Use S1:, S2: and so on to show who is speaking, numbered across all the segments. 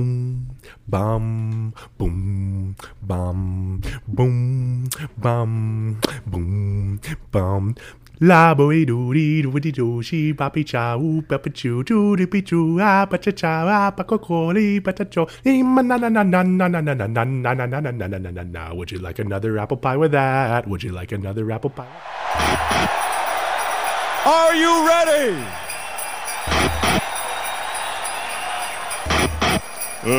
S1: Boom, bum, boom, bum, boom, bum, boom, bum. La boi do dee do di do she ba pi cha u ba pi chu chu di pi chu a ba cha cha a ba ko ko li ba cha cho ni ma na na na na na na na na na na na na na na na na na na Would you like another apple pie with that? Would you like another apple pie?
S2: Are you ready? Uh,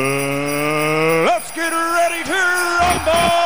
S2: let's get ready to rumble!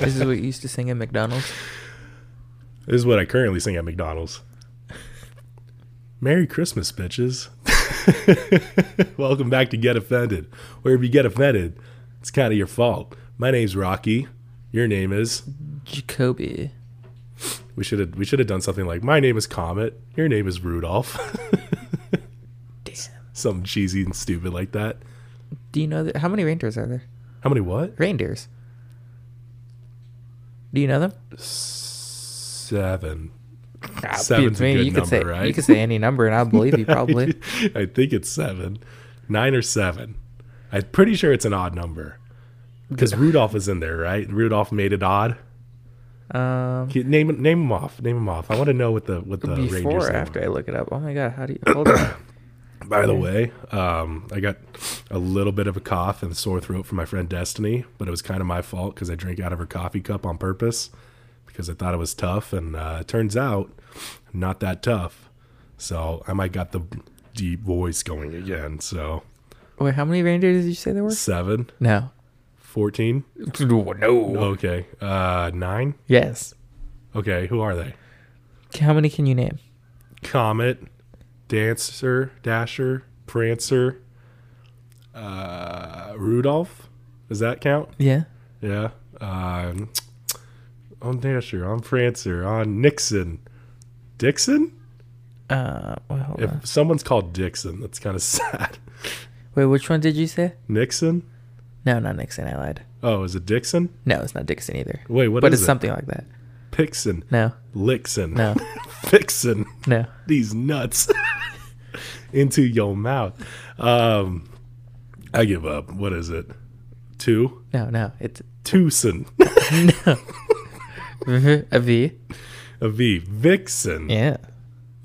S3: This is what you used to sing at McDonald's.
S1: This is what I currently sing at McDonald's. Merry Christmas, bitches. Welcome back to Get Offended. Where if you get offended, it's kind of your fault. My name's Rocky. Your name is.
S3: Jacoby.
S1: We should have we should have done something like my name is Comet. Your name is Rudolph. Something cheesy and stupid like that.
S3: Do you know that? How many reindeers are there?
S1: How many what?
S3: Reindeers. Do you know them?
S1: Seven.
S3: Ah,
S1: Seven's a
S3: me,
S1: good
S3: you could say
S1: number, right?
S3: you could say any number, and I'll believe you probably.
S1: I think it's seven, nine or seven. I'm pretty sure it's an odd number because Rudolph is in there, right? Rudolph made it odd.
S3: Um,
S1: Can- Name name them off. Name them off. I want to know what the what the
S3: before
S1: Rangers
S3: or
S1: name
S3: after I look it up. Oh my god, how do you hold on?
S1: are. By the way, um, I got a little bit of a cough and sore throat from my friend Destiny, but it was kind of my fault because I drank out of her coffee cup on purpose because I thought it was tough, and uh, it turns out not that tough. So I might got the deep voice going again. So
S3: Wait, how many reindeers did you say there were?
S1: seven.
S3: No.
S1: 14
S3: No.
S1: okay uh nine
S3: Yes.
S1: okay who are they
S3: How many can you name?
S1: comet dancer dasher prancer uh rudolph does that count
S3: Yeah.
S1: yeah um on dasher on prancer on nixon dixon
S3: Uh, wait, hold on.
S1: if someone's called dixon that's kind of sad
S3: Wait, which one did you say?
S1: nixon
S3: No, not Nixon. I lied.
S1: oh is it dixon
S3: No, it's not Dixon either.
S1: wait what
S3: but
S1: is
S3: it's
S1: it?
S3: something like that.
S1: pixon
S3: No,
S1: lixon
S3: no,
S1: fixin
S3: no.
S1: these nuts into your mouth. Um, I give up. What is it? Two?
S3: No, no. It's
S1: Tucson.
S3: a V.
S1: A V. Vixen.
S3: Yeah.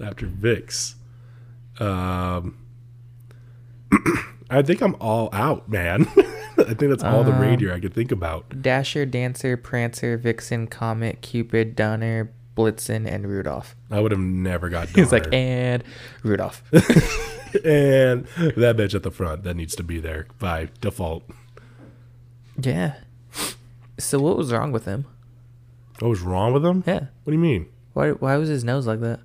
S1: After Vix. Um, I think I'm all out, man. I think that's all
S3: Uh.
S1: the reindeer I could think about.
S3: Dasher, Dancer, Prancer, Vixen, Comet, Cupid, Donner, Blitzen, and Rudolph.
S1: I would have never got
S3: He's like, "Eh."
S1: Donner.
S3: and Rudolph.
S1: and that bitch at the front that needs to be there by default.
S3: yeah. So what was wrong with him?
S1: What was wrong with him?
S3: Yeah.
S1: What do you mean?
S3: Why? Why was his nose like that?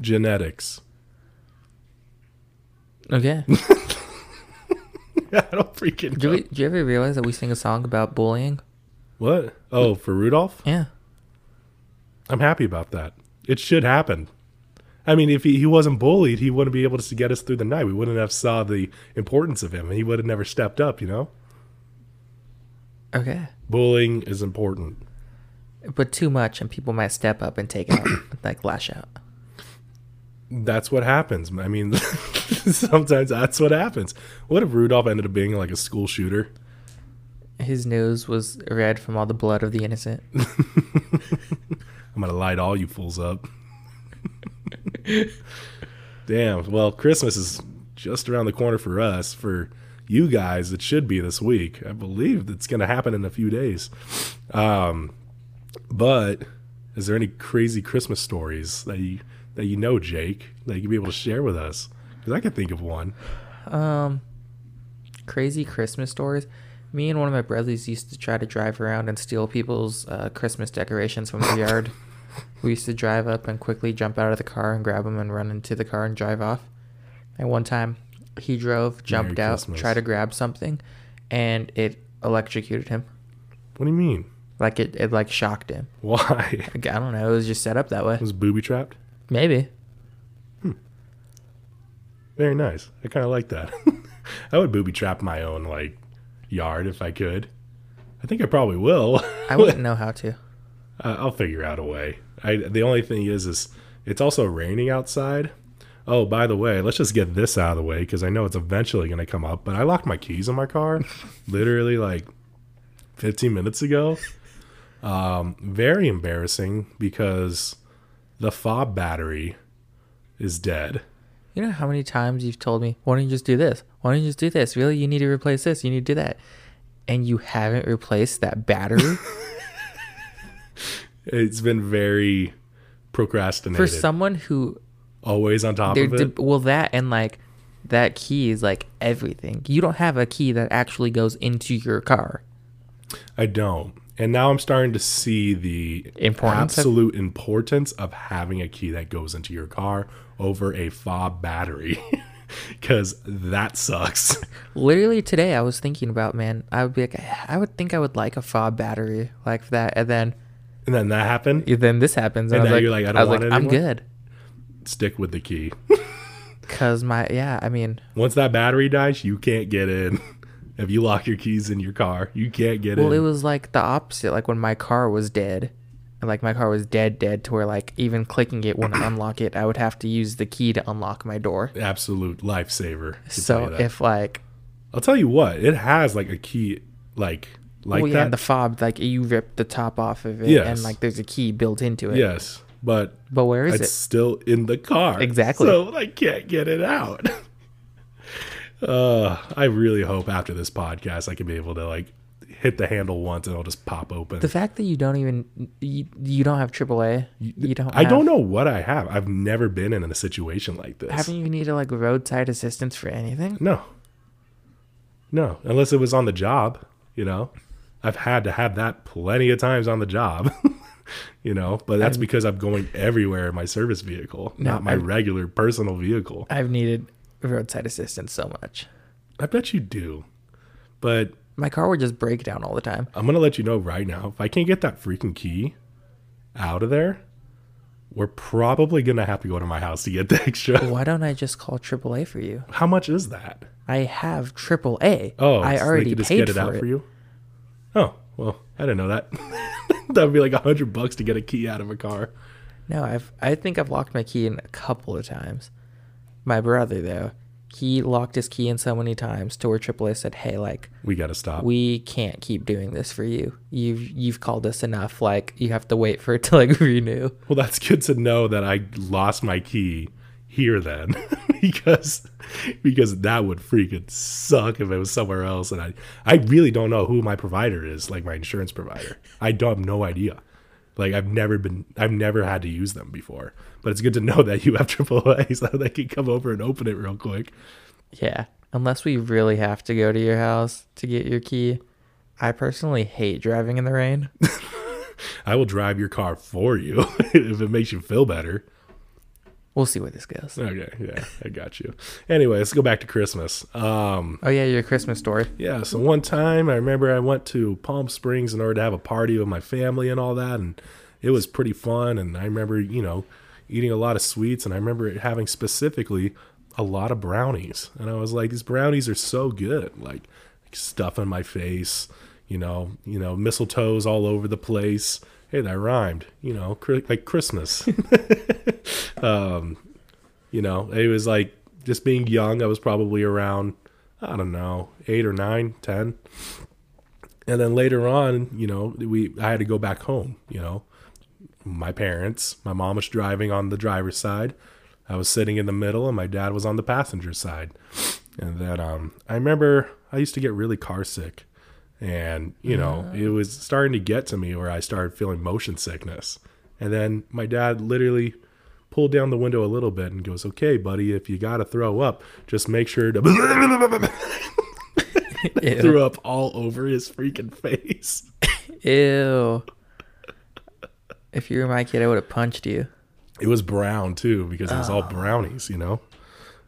S1: Genetics.
S3: Okay.
S1: I don't freaking
S3: Do
S1: know.
S3: we? Do you ever realize that we sing a song about bullying?
S1: What? Oh, for Rudolph?
S3: Yeah.
S1: I'm happy about that. It should happen. I mean, if he, he wasn't bullied, he wouldn't be able to get us through the night. We wouldn't have saw the importance of him, and he would have never stepped up. You know,
S3: Okay.
S1: bullying is important.
S3: But too much, and people might step up and take out, like lash out.
S1: That's what happens. I mean, sometimes that's what happens. What if Rudolph ended up being like a school shooter?
S3: His nose was red from all the blood of the innocent.
S1: I'm gonna light all you fools up. Damn. Well, Christmas is just around the corner for us. For you guys, it should be this week. I believe it's gonna happen in a few days. Um, but is there any crazy Christmas stories that you that you know, Jake, that you'd be able to share with us? Because I could think of one.
S3: Crazy Christmas stories. Me and one of my brothers used to try to drive around and steal people's uh, Christmas decorations from their yard. We used to drive up and quickly jump out of the car and grab them and run into the car and drive off. And one time, he drove, jumped out,
S1: Christmas.
S3: tried to grab something, and it electrocuted him.
S1: What do you mean?
S3: Like it, it like shocked him.
S1: Why?
S3: Like, I don't know. It was just set up that way.
S1: was booby trapped?
S3: Maybe.
S1: Very nice. I kind of like that. I would booby trap my own like yard if I could. I think I probably will.
S3: I wouldn't know how to.
S1: I- I'll figure out a way. I the only thing is is it's also raining outside. Oh, by the way, let's just get this out of the way because I know it's eventually going to come up. But I locked my keys in my car, literally like 15 minutes ago. Um, very embarrassing because the fob battery is dead.
S3: You know how many times you've told me, why don't you just do this? Why don't you just do this? Really? You need to replace this. You need to do that. And you haven't replaced that battery?
S1: It's been very
S3: For
S1: procrastinated.
S3: someone who,
S1: Always on top
S3: they're
S1: of it.
S3: de- well, that and like that key is like everything. You don't have a key that actually goes into your car.
S1: I don't. And now I'm starting to see the
S3: Importance of-
S1: absolute importance of having a key that goes into your car over a fob battery. Because that sucks.
S3: Literally today, I was thinking about, man, I would be like, I would think I would like a fob battery like that. And then,
S1: And then that happened.
S3: then this happens.
S1: And
S3: And, I was
S1: now
S3: like,
S1: you're like,
S3: I
S1: "I don't
S3: was
S1: want
S3: like,
S1: it
S3: I'm
S1: anymore?"
S3: good.
S1: Stick with the key.
S3: Cause my, yeah, I mean,
S1: Once that battery dies, you can't get in. If you lock your keys in your car, you can't get
S3: Well,
S1: in.
S3: it was like the opposite. Like when my car was dead, and like my car was dead, dead to where like even clicking it wouldn't unlock it. I would have to use the key to unlock my door.
S1: Absolute lifesaver. I can tell
S3: So
S1: you that.
S3: if like
S1: I'll tell you what, it has like a key, like like
S3: well, yeah,
S1: that.
S3: the fob, like you rip the top off of it, and
S1: Yes.
S3: like there's a key built into it.
S1: yes, but
S3: But where is
S1: it's still in the car.
S3: Exactly.
S1: So I can't get it out. uh, I really hope after this podcast I can be able to like hit the handle once and it'll just pop open.
S3: it? The fact that you don't even you, you don't have AAA, you, don't.
S1: I don't
S3: have-
S1: know what I have. I've never been in a situation like this.
S3: Haven't you needed like roadside assistance for anything?
S1: no. No, unless it was on the job, you know. I've had to have that plenty of times on the job. you know, but that's because I'm going everywhere in my service vehicle, not my regular personal vehicle.
S3: I've needed roadside assistance so much.
S1: I bet you do. But
S3: My car would just break down all the time.
S1: I'm gonna let you know right now. If I can't get that freaking key out of there, we're probably gonna have to go to my house to get the extra.
S3: Why don't I just call AAA for you?
S1: How much is that?
S3: I have triple A.
S1: Oh,
S3: I
S1: so they
S3: already
S1: could just
S3: paid
S1: get it
S3: for
S1: out
S3: it.
S1: for you. Oh well, I didn't know that. that would be like a hundred bucks to get a key out of a car.
S3: No, I've I think I've locked my key in a couple of times. My brother though, he locked his key in so many times to where AAA said, "Hey, like
S1: We gotta stop.
S3: we can't keep doing this for you. You've you've called us enough. Like you have to wait for it to like renew."
S1: well, that's good to know that I lost my key here then, because because that would freaking suck if it was somewhere else. And I I really don't know who my provider is, like my insurance provider. I don't have no idea. Like I've never been, I've never had to use them before. But it's good to know that you have AAA so they can come over and open it real quick.
S3: Yeah, unless we really have to go to your house to get your key. I personally hate driving in the rain.
S1: I will drive your car for you if it makes you feel better.
S3: We'll see where this goes.
S1: Okay, yeah, I got you. Anyway, let's go back to Christmas. Um,
S3: Oh yeah, your Christmas story.
S1: Yeah, so one time I remember I went to Palm Springs in order to have a party with my family and all that, and it was pretty fun. And I remember, you know, eating a lot of sweets, and I remember having specifically a lot of brownies. And I was like, these brownies are so good, like, stuff in my face, you know, you know, mistletoes all over the place. Hey, that rhymed, you know, cri- like Christmas. You know, it was like just being young. I was probably around, I don't know, eight or nine, ten. And then later on, you know, we I had to go back home. You know, my parents, my mom was driving on the driver's side, I was sitting in the middle, and my dad was on the passenger side. And then um, I remember I used to get really car sick, and you know, it was starting to get to me where I started feeling motion sickness. And then my dad literally pulled down the window a little bit and goes, "Okay, buddy, if you gotta throw up, just make sure to."
S3: Ew.
S1: threw up all over his freaking face.
S3: Ew. If you were my kid, I would have punched you.
S1: It was brown too because it was
S3: Ah.
S1: all brownies, you know.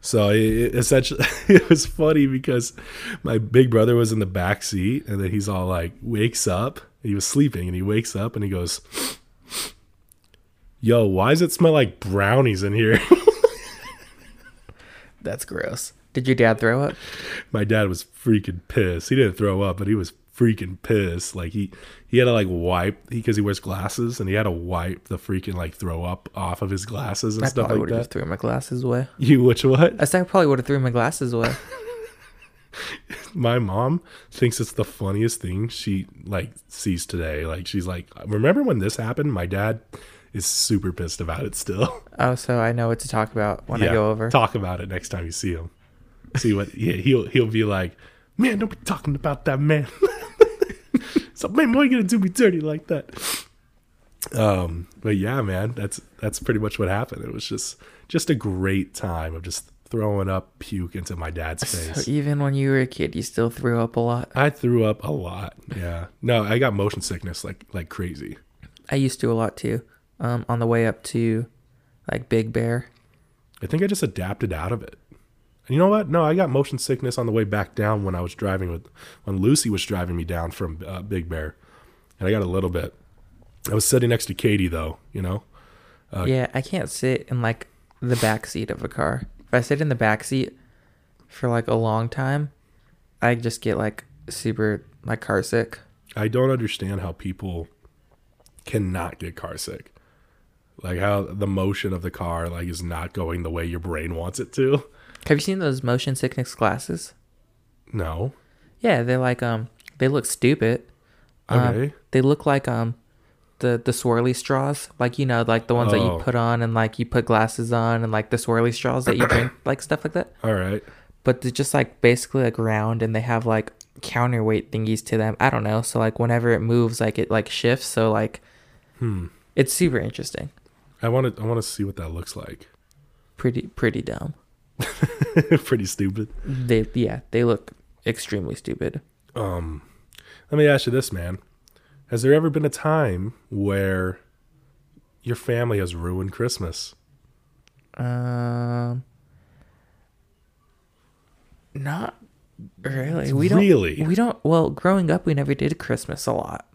S1: So it, it essentially, it was funny because my big brother was in the back seat, and then he's all like, wakes up. He was sleeping, and he wakes up, and he goes, "Yo, why does it smell like brownies in here?"
S3: That's gross. Did your dad throw up?
S1: my dad was freaking pissed. He didn't throw up, but he was freaking pissed. Like he he had to like wipe because he, wears glasses, and he had to wipe the freaking like throw up off of his glasses and
S3: I
S1: stuff
S3: probably
S1: like
S3: would have
S1: that.
S3: just threw my glasses away.
S1: You which what?
S3: I said I probably would have threw my glasses away.
S1: my mom thinks it's the funniest thing she like sees today. Like she's like, remember when this happened? My dad is super pissed about it still.
S3: oh, so I know what to talk about when I go over.
S1: Talk about it next time you see him. See what? yeah, he'll he'll be like, man, don't be talking about that man. so man, why are you gonna do me dirty like that? Um, but yeah, man, that's that's pretty much what happened. It was just just a great time of just throwing up puke into my dad's face.
S3: so even when you were a kid, you still threw up a lot.
S1: I threw up a lot. Yeah. No, I got motion sickness like like crazy.
S3: I used to a lot too. Um, on the way up to like Big Bear.
S1: I think I just adapted out of it. And you know what? No, I got motion sickness on the way back down when I was driving with when Lucy was driving me down from uh, Big Bear, and I got a little bit. I was sitting next to Katie though, you know. Oh.
S3: Yeah, I can't sit in like the back seat of a car. If I sit in the back seat for like a long time, I just get like super like car sick.
S1: I don't understand how people cannot get car sick. Like how the motion of the car like is not going the way your brain wants it to.
S3: Have you seen those motion sickness glasses?
S1: No.
S3: Yeah, they're like um they look stupid. Um,
S1: Okay.
S3: They look like um the the swirly straws, like you know, like the ones that
S1: Oh.
S3: you put on and like you put glasses on and like the swirly straws that you drink, like stuff like that.
S1: All right.
S3: But they're just like basically like round and they have like counterweight thingies to them. I don't know. So like whenever it moves, like it like shifts. So like,
S1: Hmm.
S3: it's super interesting.
S1: I want to I want to see what that looks like.
S3: Pretty pretty dumb.
S1: Pretty stupid.
S3: They yeah they look extremely stupid.
S1: Let me ask you this, man. Has there ever been a time where your family has ruined Christmas?
S3: Um, not really. We don't
S1: Really?
S3: We don't. Well, growing up, we never did Christmas a lot.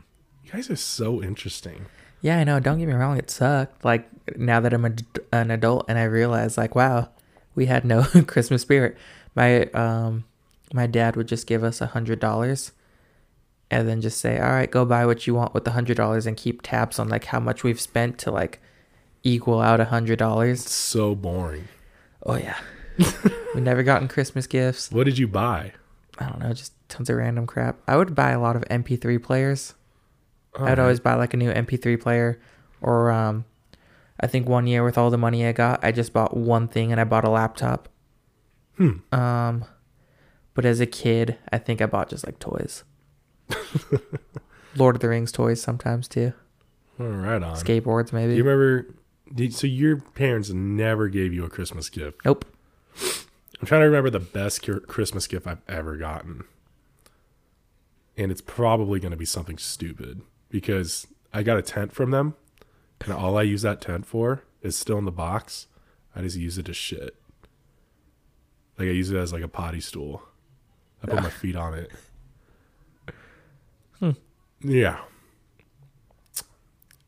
S1: You guys are so interesting.
S3: Yeah, I know. Don't get me wrong; it sucked. Like now that I'm a, an adult and I realize, like, wow, we had no Christmas spirit. My um, my dad would just give us a hundred dollars, and then just say, "All right, go buy what you want with the hundred dollars," and keep tabs on like how much we've spent to like equal out a hundred dollars.
S1: So boring.
S3: Oh yeah, we never gotten Christmas gifts.
S1: What did you buy?
S3: I don't know, just tons of random crap. I would buy a lot of MP3 players. I would always buy like a new MP3 player, or um, I think one year with all the money I got, I just bought one thing and I bought a laptop. Hmm. Um, but as a kid, I think I bought just like toys. Lord of the Rings toys sometimes too.
S1: All right on.
S3: Skateboards maybe.
S1: Do you remember? Did, so your parents never gave you a Christmas gift.
S3: nope.
S1: I'm trying to remember the best cur- Christmas gift I've ever gotten, and it's probably going to be something stupid because I got a tent from them, and all I use that tent for is still in the box. I just use it to shit. Like I use it as like a potty stool. I put my feet on it. Yeah.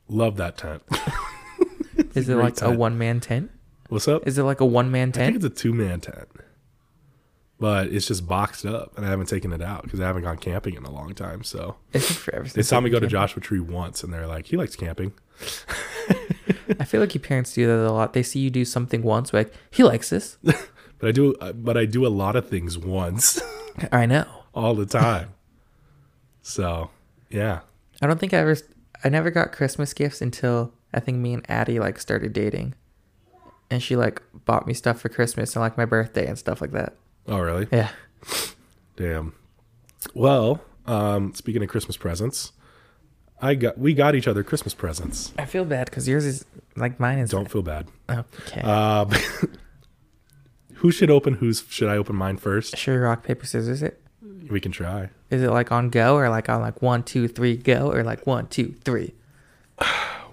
S1: Love that tent.
S3: Is it
S1: great
S3: like a
S1: tent.
S3: one man tent?
S1: What's up?
S3: Is it like a one man
S1: I think
S3: tent?
S1: it's a two man tent, but it's just boxed up, and I haven't taken it out because I haven't gone camping in a long time. So
S3: It's for everything.
S1: they saw me go to Joshua Tree once, and they're like, "He likes camping."
S3: I feel like your parents do that a lot. They see you do something once, like he likes this.
S1: But I do, uh, but I do a lot of things once,
S3: I know.
S1: all the time. so yeah,
S3: I don't think I ever. I never got Christmas gifts until I think me and Addie like started dating, and she like bought me stuff for Christmas and like my birthday and stuff like that.
S1: oh really?
S3: Yeah.
S1: Damn. Well, um, speaking of Christmas presents, I got we got each other Christmas presents.
S3: I feel bad because yours is like mine is. Oh,
S1: Don't feel bad.
S3: Okay.
S1: Um, who should open whose? Should I open mine first?
S3: sure. Rock paper scissors. It.
S1: We can try.
S3: Is it like on go or like on like one, two, three, go or like one, two, three?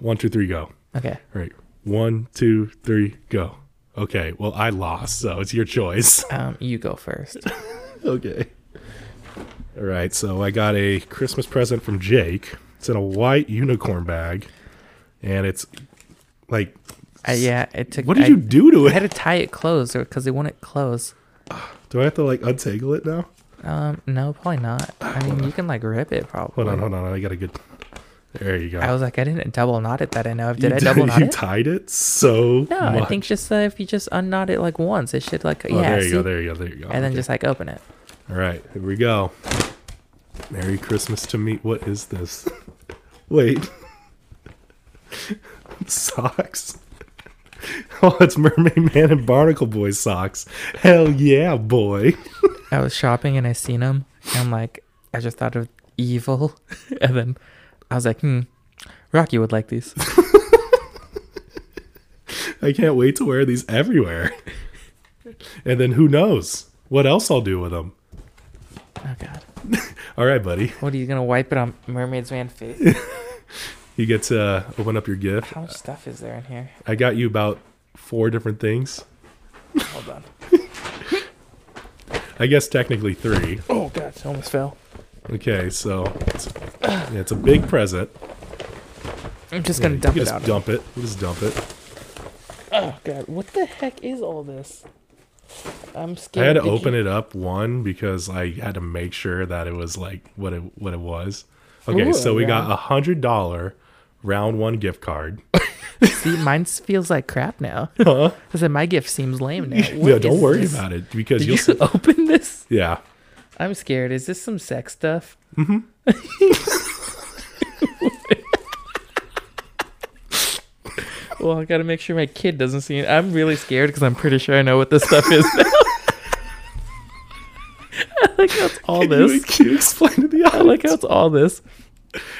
S1: One, two, three, go.
S3: Okay.
S1: All right. One, two, three, go. Okay. Well, I lost, so it's your choice.
S3: Um, you go first.
S1: okay. All right. So I got a Christmas present from Jake. It's in a white unicorn bag, and it's like,
S3: Uh, yeah, it took.
S1: what did
S3: I-
S1: you do to
S3: I had
S1: it?
S3: to tie it closed because they wouldn't close.
S1: Do I have to like untangle it now?
S3: Um, no, probably not. I mean, you can like rip it probably.
S1: Hold on, hold on. I got a good. There you go.
S3: I was like, I didn't double knot it that I know of. Did
S1: you
S3: I double knot
S1: you
S3: it?
S1: tied it so
S3: No,
S1: much.
S3: I think just uh, if you just unknot it like once, it should like
S1: Oh,
S3: yeah.
S1: there you go.
S3: see?
S1: There you go. There you go.
S3: and then
S1: Okay.
S3: just like open it.
S1: All right, here we go. Merry Christmas to me. What is this? Wait. socks. Oh, it's Mermaid Man and Barnacle Boy socks. Hell yeah, boy.
S3: I was shopping and I seen them. And I'm like, I just thought of evil, and then I was like, hmm, Rocky would like these.
S1: I can't wait to wear these everywhere. And then who knows what else I'll do with them.
S3: oh God,
S1: All right, buddy.
S3: what are you gonna wipe it on Mermaid's Man face?
S1: You get to open up your gift.
S3: How much stuff is there in here?
S1: I got you about four different things.
S3: Hold on.
S1: I guess technically three.
S3: Oh God, it almost fell.
S1: Okay, so it's, yeah, it's a big present.
S3: I'm just gonna
S1: Yeah,
S3: dump
S1: you
S3: it
S1: can
S3: out.
S1: Just dump it. We'll just dump it.
S3: Oh God, what the heck is all this? I'm
S1: I
S3: scared.
S1: had to open it up one because I had to make sure that it was like what it what it was. Okay,
S3: Ooh,
S1: so we
S3: yeah.
S1: got a hundred dollar round one gift card.
S3: See, mine feels like crap now.
S1: Huh?
S3: I said my gift seems lame now.
S1: yeah, don't worry about it because
S3: Did
S1: you'll.
S3: you
S1: see
S3: open this?
S1: yeah,
S3: I'm scared. Is this some sex stuff? Mm-hmm. well, I gotta make sure my kid doesn't see it. I'm really scared because I'm pretty sure I know what this stuff is now. I like how it's all
S1: Can You,
S3: this.
S1: can you explain to the
S3: I like how
S1: audience?
S3: it's all this.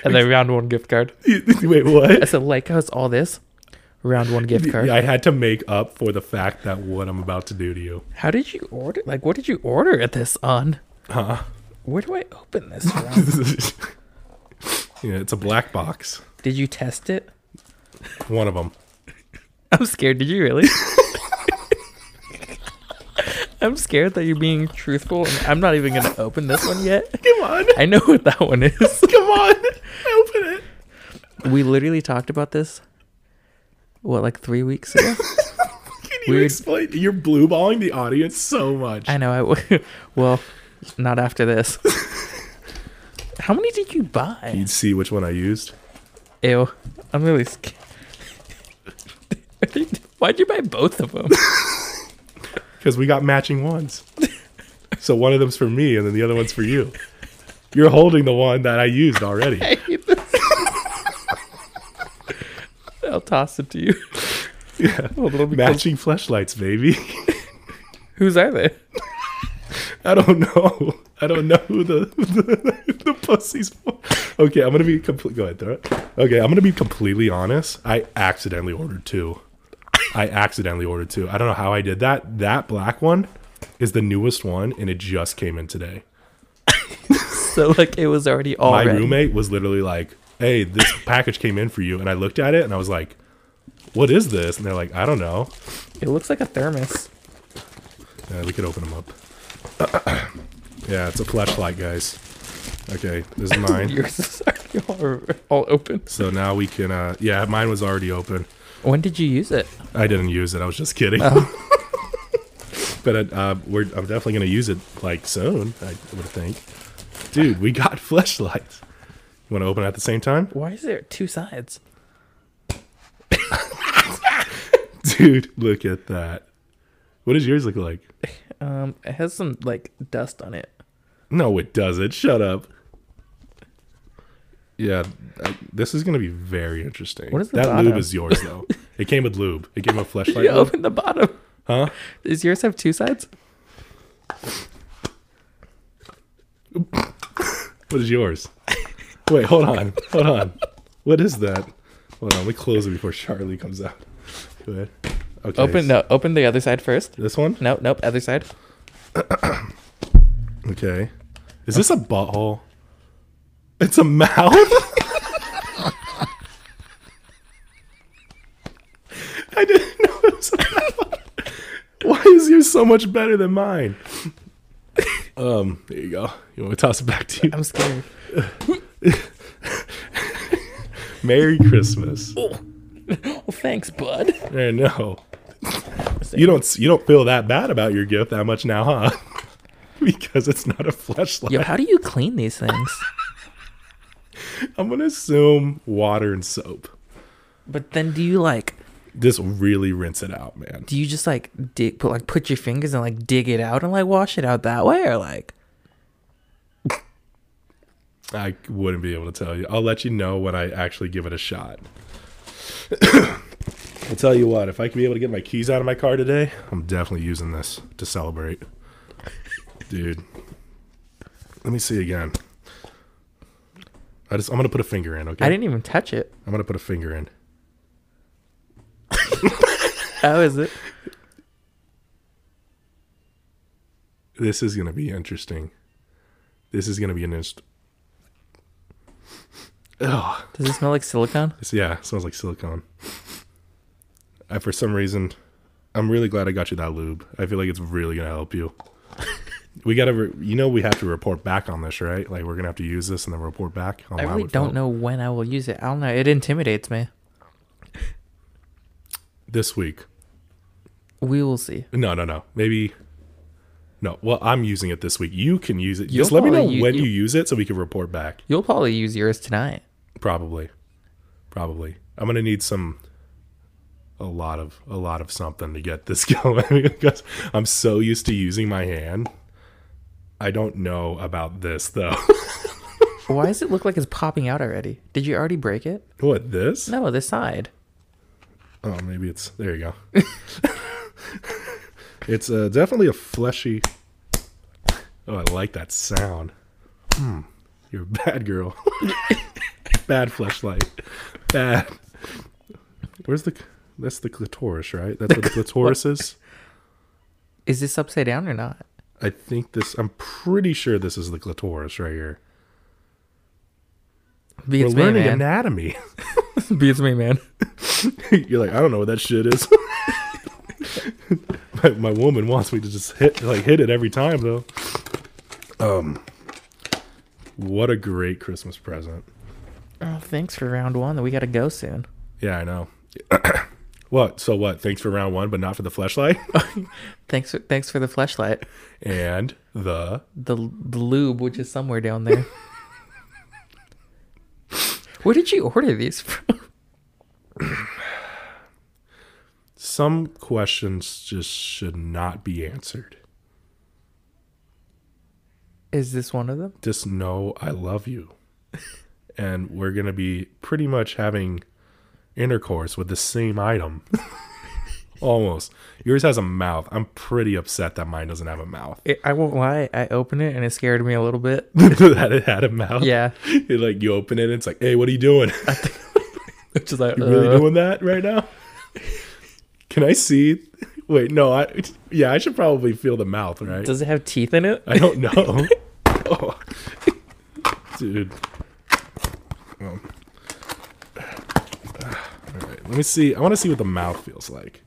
S3: And then round one gift card.
S1: Wait,
S3: I
S1: what?
S3: said, like how it's all this. Round one gift card.
S1: I had to make up for the fact that what I'm about to do to you.
S3: How did you order? Like, what did you order at this on?
S1: Huh?
S3: Where do I open this from?
S1: yeah, it's a black box.
S3: did you test it?
S1: One of them.
S3: I'm scared. Did you really? I'm scared that you're being truthful, and I'm not even gonna open this one yet.
S1: Come on,
S3: I know what that one is.
S1: come on, open it.
S3: We literally talked about this. What, like three weeks ago?
S1: Can you
S3: Weird.
S1: explain? You're blue balling the audience so much.
S3: I know. I w- well, not after this. How many did you buy?
S1: You'd see which one I used.
S3: Ew, I'm really scared. Why'd you buy both of them?
S1: Because we got matching ones. so one of them's for me and then the other one's for you. You're holding the one that I used already.
S3: I'll toss it to you.
S1: Yeah. Matching flashlights, baby.
S3: Whose are they?
S1: I don't know. I don't know who the the, the pussy's for. Okay, I'm gonna be complete. Go ahead, throw it. Okay, I'm gonna be completely honest. I accidentally ordered two. I accidentally ordered two. I don't know how I did that. That black one is the newest one, and it just came in today.
S3: So like it was already all
S1: my
S3: ready.
S1: roommate was literally like, "Hey, this package came in for you," and I looked at it and I was like, "What is this?" And they're like, "I don't know."
S3: It looks like a thermos.
S1: Uh, we could open them up. yeah, it's a flashlight, guys. Okay, this is mine.
S3: Yours is already all, all open.
S1: so now we can. Uh, yeah, mine was already open.
S3: When did you use it?
S1: I didn't use it. I was just kidding. but uh, we're, I'm definitely gonna use it like soon. I would think. Dude, we got flashlights. You want to open it at the same time?
S3: Why is there two sides?
S1: Dude, look at that. What does yours look like?
S3: Um, it has some like dust on it.
S1: No, it doesn't. Shut up. Yeah, I, this is gonna be very interesting.
S3: What is the
S1: that
S3: bottom?
S1: lube is yours though. it came with lube. It came with fleshlight.
S3: You
S1: lube.
S3: open the bottom.
S1: Huh?
S3: Does yours have two sides?
S1: What is yours? Wait, hold on, hold on. What is that? Hold on, let me close it before Charlie comes out. Go ahead. Okay.
S3: Open no. Open the other side first.
S1: This one.
S3: No, nope. Other side.
S1: Okay. Is this a butthole? It's a mouth? I didn't know it was a mouth. Why is yours so much better than mine? Um, there you go. You want to toss it back to you?
S3: I'm scared.
S1: Merry Christmas.
S3: Well, Oh, thanks, bud.
S1: I know. You don't you don't feel that bad about your gift that much now, huh? because it's not a fleshlight.
S3: Yo, how do you clean these things?
S1: I'm gonna assume water and soap.
S3: But then, do you like?
S1: This will really rinse it out, man.
S3: Do you just like dig? Put like put your fingers and like dig it out and like wash it out that way, or like?
S1: I wouldn't be able to tell you. I'll let you know when I actually give it a shot. I'll tell you what, if I can be able to get my keys out of my car today, I'm definitely using this to celebrate. Dude. Let me see again. I just I'm gonna put a finger in, okay?
S3: I didn't even touch it.
S1: I'm gonna put a finger in.
S3: How is it?
S1: This is gonna be interesting. This is gonna be an inst Oh,
S3: Does it smell like silicone?
S1: It's- yeah, it smells like silicone. I, for some reason, I'm really glad I got you that lube. I feel like it's really gonna help you. we gotta, re- you know, we have to report back on this, right? Like we're gonna have to use this and then report back. On
S3: I
S1: how
S3: really
S1: it
S3: don't
S1: felt.
S3: know when I will use it. I don't know. It intimidates me.
S1: This week,
S3: We will see.
S1: no, no, no, maybe. No, well, I'm using it this week. You can use it.
S3: You'll
S1: Just let me know
S3: probably u-
S1: when
S3: you-
S1: you use it so we can report back.
S3: You'll probably use yours tonight.
S1: Probably, probably. I'm gonna need some, a lot of a lot of something to get this going because I'm so used to using my hand. I don't know about this though.
S3: Why does it look like it's popping out already? Did you already break it?
S1: what this?
S3: No, this side.
S1: Oh, maybe it's there. You go. it's uh, definitely a fleshy. Oh, I like that sound. Hmm. You're a bad girl. bad fleshlight. Bad. Where's the? That's the clitoris, right? That's what the clitoris is.
S3: Is this upside down or not?
S1: I think this. I'm pretty sure this is the clitoris right here.
S3: Beats
S1: We're
S3: me,
S1: learning
S3: man.
S1: anatomy.
S3: Beats me, man.
S1: You're like, I don't know what that shit is. my, my woman wants me to just hit like hit it every time though. Um, what a great Christmas present.
S3: Oh, thanks for round one. That we gotta go soon.
S1: Yeah, I know. what? So what? Thanks for round one, but not for the flashlight
S3: Thanks, for, thanks for the flashlight.
S1: and the.
S3: The, the lube, which is somewhere down there. Where did you order these from?
S1: Some questions just should not be answered.
S3: Is this one of them?
S1: just know I love you. and we're going to be pretty much having intercourse with the same item. Almost. Yours has a mouth. I'm pretty upset that mine doesn't have a mouth.
S3: It, I won't lie. I opened it and it scared me a little bit.
S1: that it had a mouth.
S3: Yeah,
S1: It, like you open it and it's like, "Hey, what are you doing?
S3: which is like
S1: you really
S3: uh,
S1: doing that right now?" Can I see? Wait, no, I yeah, I should probably feel the mouth, right?
S3: Does it have teeth in it?
S1: I don't know. oh. Dude. Um. All right, let me see. I want to see what the mouth feels like.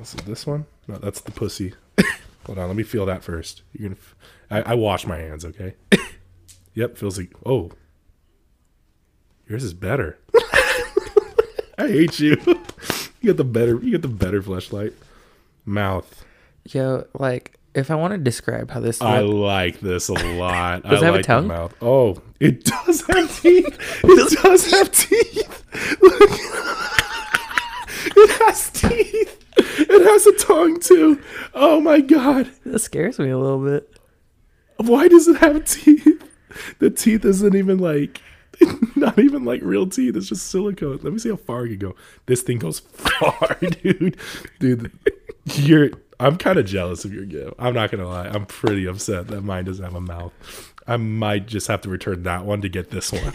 S1: Is it this one? No, that's the pussy. Hold on, let me feel that first. You're gonna. F- I, I wash my hands, okay? yep, feels like. Oh, yours is better. I hate you. you got the better. You got the better flashlight. Mouth.
S3: Yo, like if I want to describe how this
S1: I
S3: look-
S1: like this a lot.
S3: Does
S1: I
S3: it have a
S1: like the
S3: tongue?
S1: mouth. Oh, it does have teeth. It does have teeth. Look. it has teeth. It has a tongue too. Oh my god.
S3: this scares me a little bit.
S1: Why does it have teeth? The teeth isn't even like not even like real teeth. It's just silicone. Let me see how far you go. This thing goes far, dude. Dude, you're I'm kind of jealous of your gift. I'm not gonna lie. I'm pretty upset that mine doesn't have a mouth. I might just have to return that one to get this one.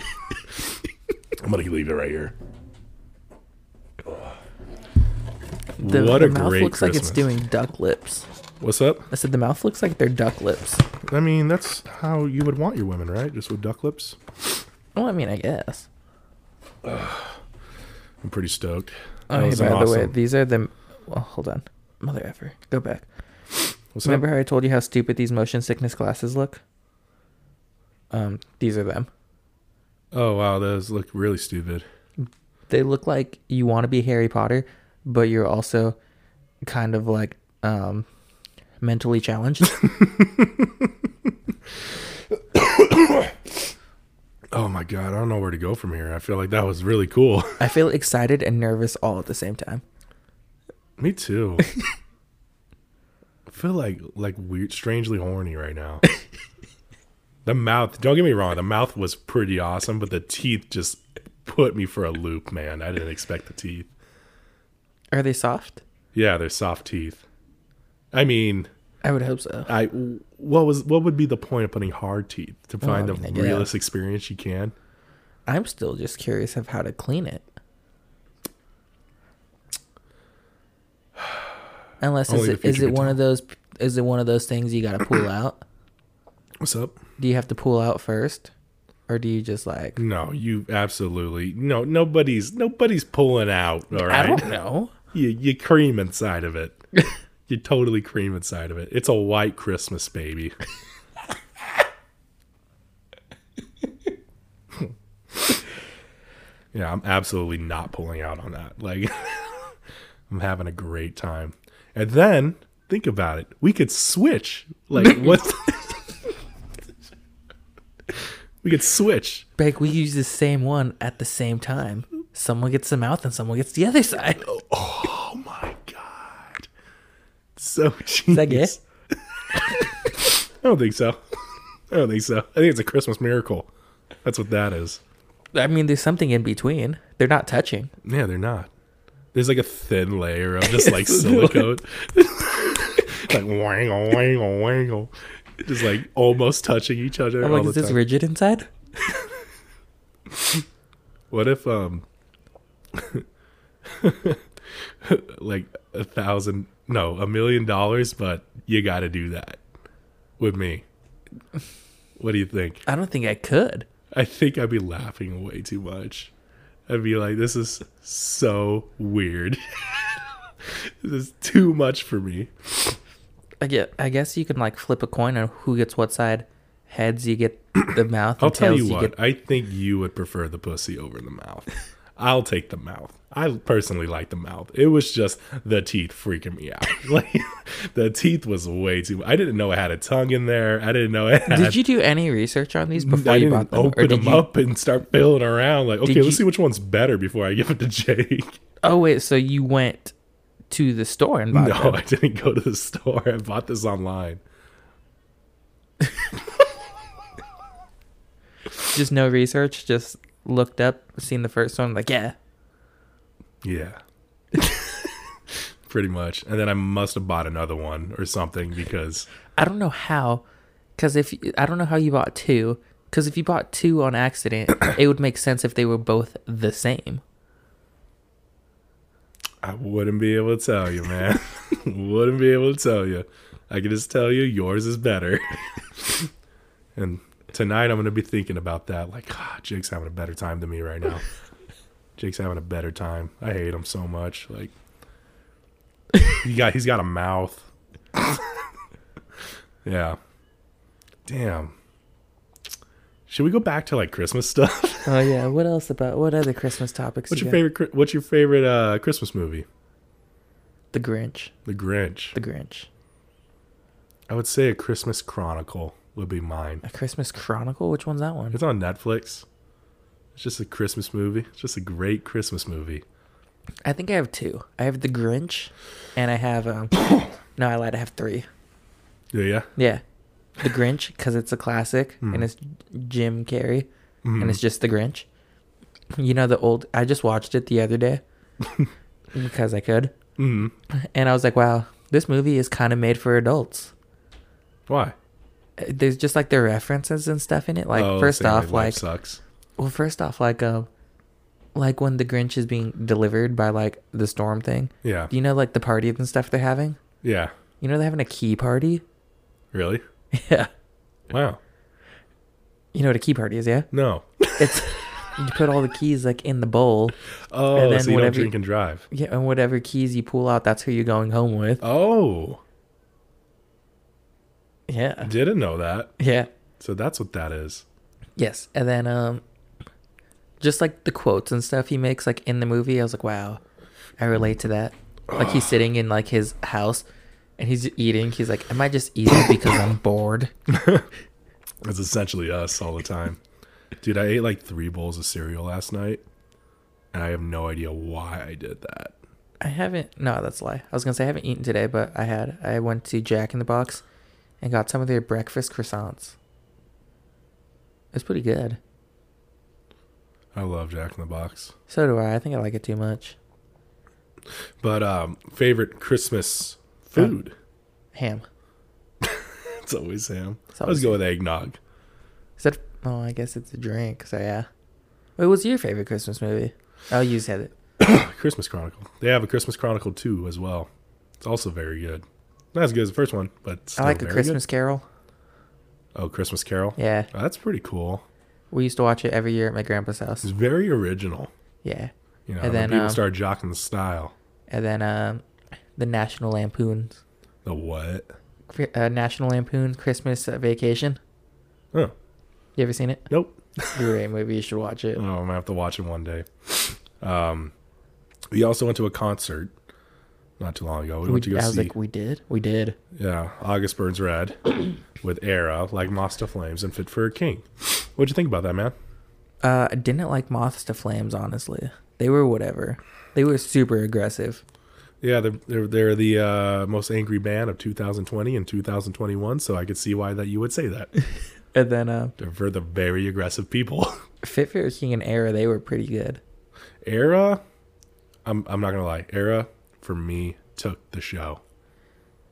S1: I'm gonna leave it right here.
S3: The,
S1: What
S3: the
S1: a
S3: mouth
S1: great
S3: looks like it's
S1: Christmas.
S3: doing duck lips.
S1: What's up?
S3: I said the mouth looks like they're duck lips.
S4: I mean, that's how you would want your women, right? Just with duck lips.
S3: Well, I mean, I guess.
S4: I'm pretty stoked.
S3: Oh,
S4: That
S3: hey,
S4: was
S3: by
S4: an
S3: the way,
S4: awesome-
S3: these are the. Well, hold on. Mother effer. Go back.
S4: What's
S3: Remember
S4: that?
S3: how I told you how stupid these motion sickness glasses look? Um, these are them.
S4: Oh wow, those look really stupid.
S3: They look like you want to be Harry Potter, but you're also kind of like um mentally challenged.
S4: Oh my god, I don't know where to go from here. I feel like that was really cool.
S3: I feel excited and nervous all at the same time.
S4: Me too. I feel like like weird, strangely horny right now. the mouth. Don't get me wrong. The mouth was pretty awesome, but the teeth just put me for a loop, man. I didn't expect the teeth.
S3: Are they soft?
S4: Yeah, they're soft teeth. I mean,
S3: I would hope so.
S4: I what was what would be the point of putting hard teeth to find
S3: mean, I
S4: the
S3: guess.
S4: realest experience you can?
S3: I'm still just curious of how to clean it. Unless is
S4: Only
S3: it
S4: the
S3: is
S4: future
S3: it
S4: can
S3: one of those is it one of those things you got to pull out?
S4: What's up?
S3: Do you have to pull out first, or do you just like?
S4: No, you absolutely no. Nobody's nobody's pulling out. All right.
S3: I don't know.
S4: you, you cream inside of it. you totally cream inside of it. It's a white Christmas baby. yeah, I'm absolutely not pulling out on that. Like, I'm having a great time. And then think about it. We could switch. Like, what? we could switch.
S3: Like we use the same one at the same time. Someone gets the mouth and someone gets the other side.
S4: Oh my god. So genius.
S3: Is that gay?
S4: I don't think so. I don't think so. I think it's a Christmas miracle. That's what that is.
S3: I mean, there's something in between. They're not touching.
S4: Yeah, they're not. There's like a thin layer of just like silicone. like wangle, wangle, wangle. Just like almost touching each other.
S3: I'm
S4: all
S3: like,
S4: the
S3: is this
S4: time.
S3: rigid inside?
S4: What if um like a thousand no, a million dollars, but you gotta do that with me. What do you think?
S3: I don't think I could.
S4: I think I'd be laughing way too much. I'd be like, this is so weird. this is too much for me.
S3: I get. I guess you can like flip a coin on who gets what side. Heads, you get the mouth.
S4: I'll
S3: and
S4: tell
S3: tails,
S4: you what,
S3: get.
S4: I think you would prefer the pussy over the mouth. I'll take the mouth. I personally like the mouth. It was just the teeth freaking me out. Like the teeth was way too. I didn't know it had a tongue in there. I didn't know it had.
S3: Did you do any research on these before
S4: I
S3: you
S4: didn't
S3: bought them, or
S4: open
S3: did
S4: them
S3: you?
S4: up and start feeling around. Like, okay,
S3: Did
S4: let's see
S3: you-
S4: which one's better before I give it to Jake.
S3: Oh wait, so you went to the store and bought
S4: No,
S3: them?
S4: I didn't go to the store. I bought this online.
S3: Just no research. Just looked up, seen the first one, like yeah.
S4: Yeah. Pretty much. And then I must have bought another one or something because
S3: I don't know how, because if I don't know how you bought two, because if you bought two on accident, it would make sense if they were both the same.
S4: I wouldn't be able to tell you, man. wouldn't be able to tell you. I can just tell you yours is better. and tonight I'm going to be thinking about that. Like, God, Jake's having a better time than me right now. Jake's having a better time. I hate him so much. Like, he got he's got a mouth. yeah. Damn. Should we go back to like Christmas stuff?
S3: Oh yeah. What else about what other Christmas topics?
S4: what's
S3: you
S4: your
S3: got?
S4: favorite? Chri- What's your favorite uh, Christmas movie?
S3: The Grinch.
S4: The Grinch.
S3: The Grinch.
S4: I would say a Christmas Chronicle would be mine.
S3: A Christmas Chronicle. Which one's that one?
S4: It's on Netflix. It's just a Christmas movie. It's just a great Christmas movie.
S3: I think I have two. I have The Grinch, and I have um. no, I lied. I have three.
S4: Yeah, yeah.
S3: Yeah, The Grinch because it's a classic and it's Jim Carrey
S4: Mm-hmm.
S3: and it's just The Grinch. You know the old. I just watched it the other day because I could,
S4: Mm.
S3: and I was like, "Wow, this movie is kind of made for adults."
S4: Why?
S3: Uh, There's just like the references and stuff in it. Like
S4: Oh,
S3: first
S4: Saturday
S3: off,
S4: Night Live
S3: like
S4: sucks.
S3: well, first off, like um, like when the Grinch is being delivered by like the storm thing.
S4: Yeah,
S3: Do you know like the party and stuff they're having?
S4: yeah.
S3: You know they're having a key party.
S4: Really?
S3: Yeah.
S4: Wow.
S3: You know what a key party is, yeah?
S4: No.
S3: It's you put all the keys like in the bowl.
S4: Oh,
S3: then
S4: so you don't
S3: whatever you-
S4: drink and drive.
S3: Yeah, and whatever keys you pull out, that's who you're going home with.
S4: Oh,
S3: Yeah.
S4: didn't know that.
S3: Yeah.
S4: So that's what that is.
S3: Yes. And then um just like the quotes and stuff he makes like in the movie, I was like, Wow, I relate to that. Like he's sitting in like his house and he's eating. He's like, Am I just eating because I'm bored?
S4: That's essentially us all the time. Dude, I ate like three bowls of cereal last night, and I have no idea why I did that.
S3: I haven't no, that's a lie. I was gonna say I haven't eaten today, but I had I went to Jack in the Box and got some of their breakfast croissants. It's pretty good.
S4: I love Jack in the Box.
S3: So do I. I think I like it too much.
S4: But um favorite Christmas food.
S3: Ham.
S4: It's always ham.
S3: It's
S4: I
S3: always
S4: Let's go with eggnog.
S3: Is that? Oh, I guess it's a drink. So yeah. Wait, what's your favorite Christmas movie? Oh, you said it.
S4: Christmas Chronicle. They have a Christmas Chronicle 2 as well. It's also very good. Not as good as the first one, but still
S3: I like a
S4: very
S3: Christmas Carol.
S4: Good. Oh, Christmas Carol.
S3: Yeah,
S4: Oh, that's pretty cool.
S3: we used to watch it every year at my grandpa's house.
S4: It's very original.
S3: Yeah,
S4: You know,
S3: And
S4: and
S3: then,
S4: people
S3: um,
S4: start jocking the style.
S3: and then um, the National Lampoon's
S4: The what?
S3: uh, National Lampoon Christmas uh, Vacation.
S4: Oh,
S3: You ever seen it?
S4: nope.
S3: Great movie. You should watch it.
S4: Oh, I'm gonna have to watch it one day. Um, we also went to a concert not too long ago. We,
S3: We,
S4: went to go
S3: I was
S4: see
S3: like, we did, we did.
S4: yeah August Burns Red with Era, like Moss to Flames, and Fit for a King. What'd you think about that, man?
S3: Uh, I didn't like Moths to Flames. Honestly, they were whatever. They were super aggressive.
S4: Yeah, they're they're, they're the uh, most angry band of 2020 and 2021, so I could see why that you would say that.
S3: And then uh,
S4: they're for the very aggressive people.
S3: Fit for a King and Era, they were pretty good.
S4: Era, I'm I'm not gonna lie. Era for me took the show.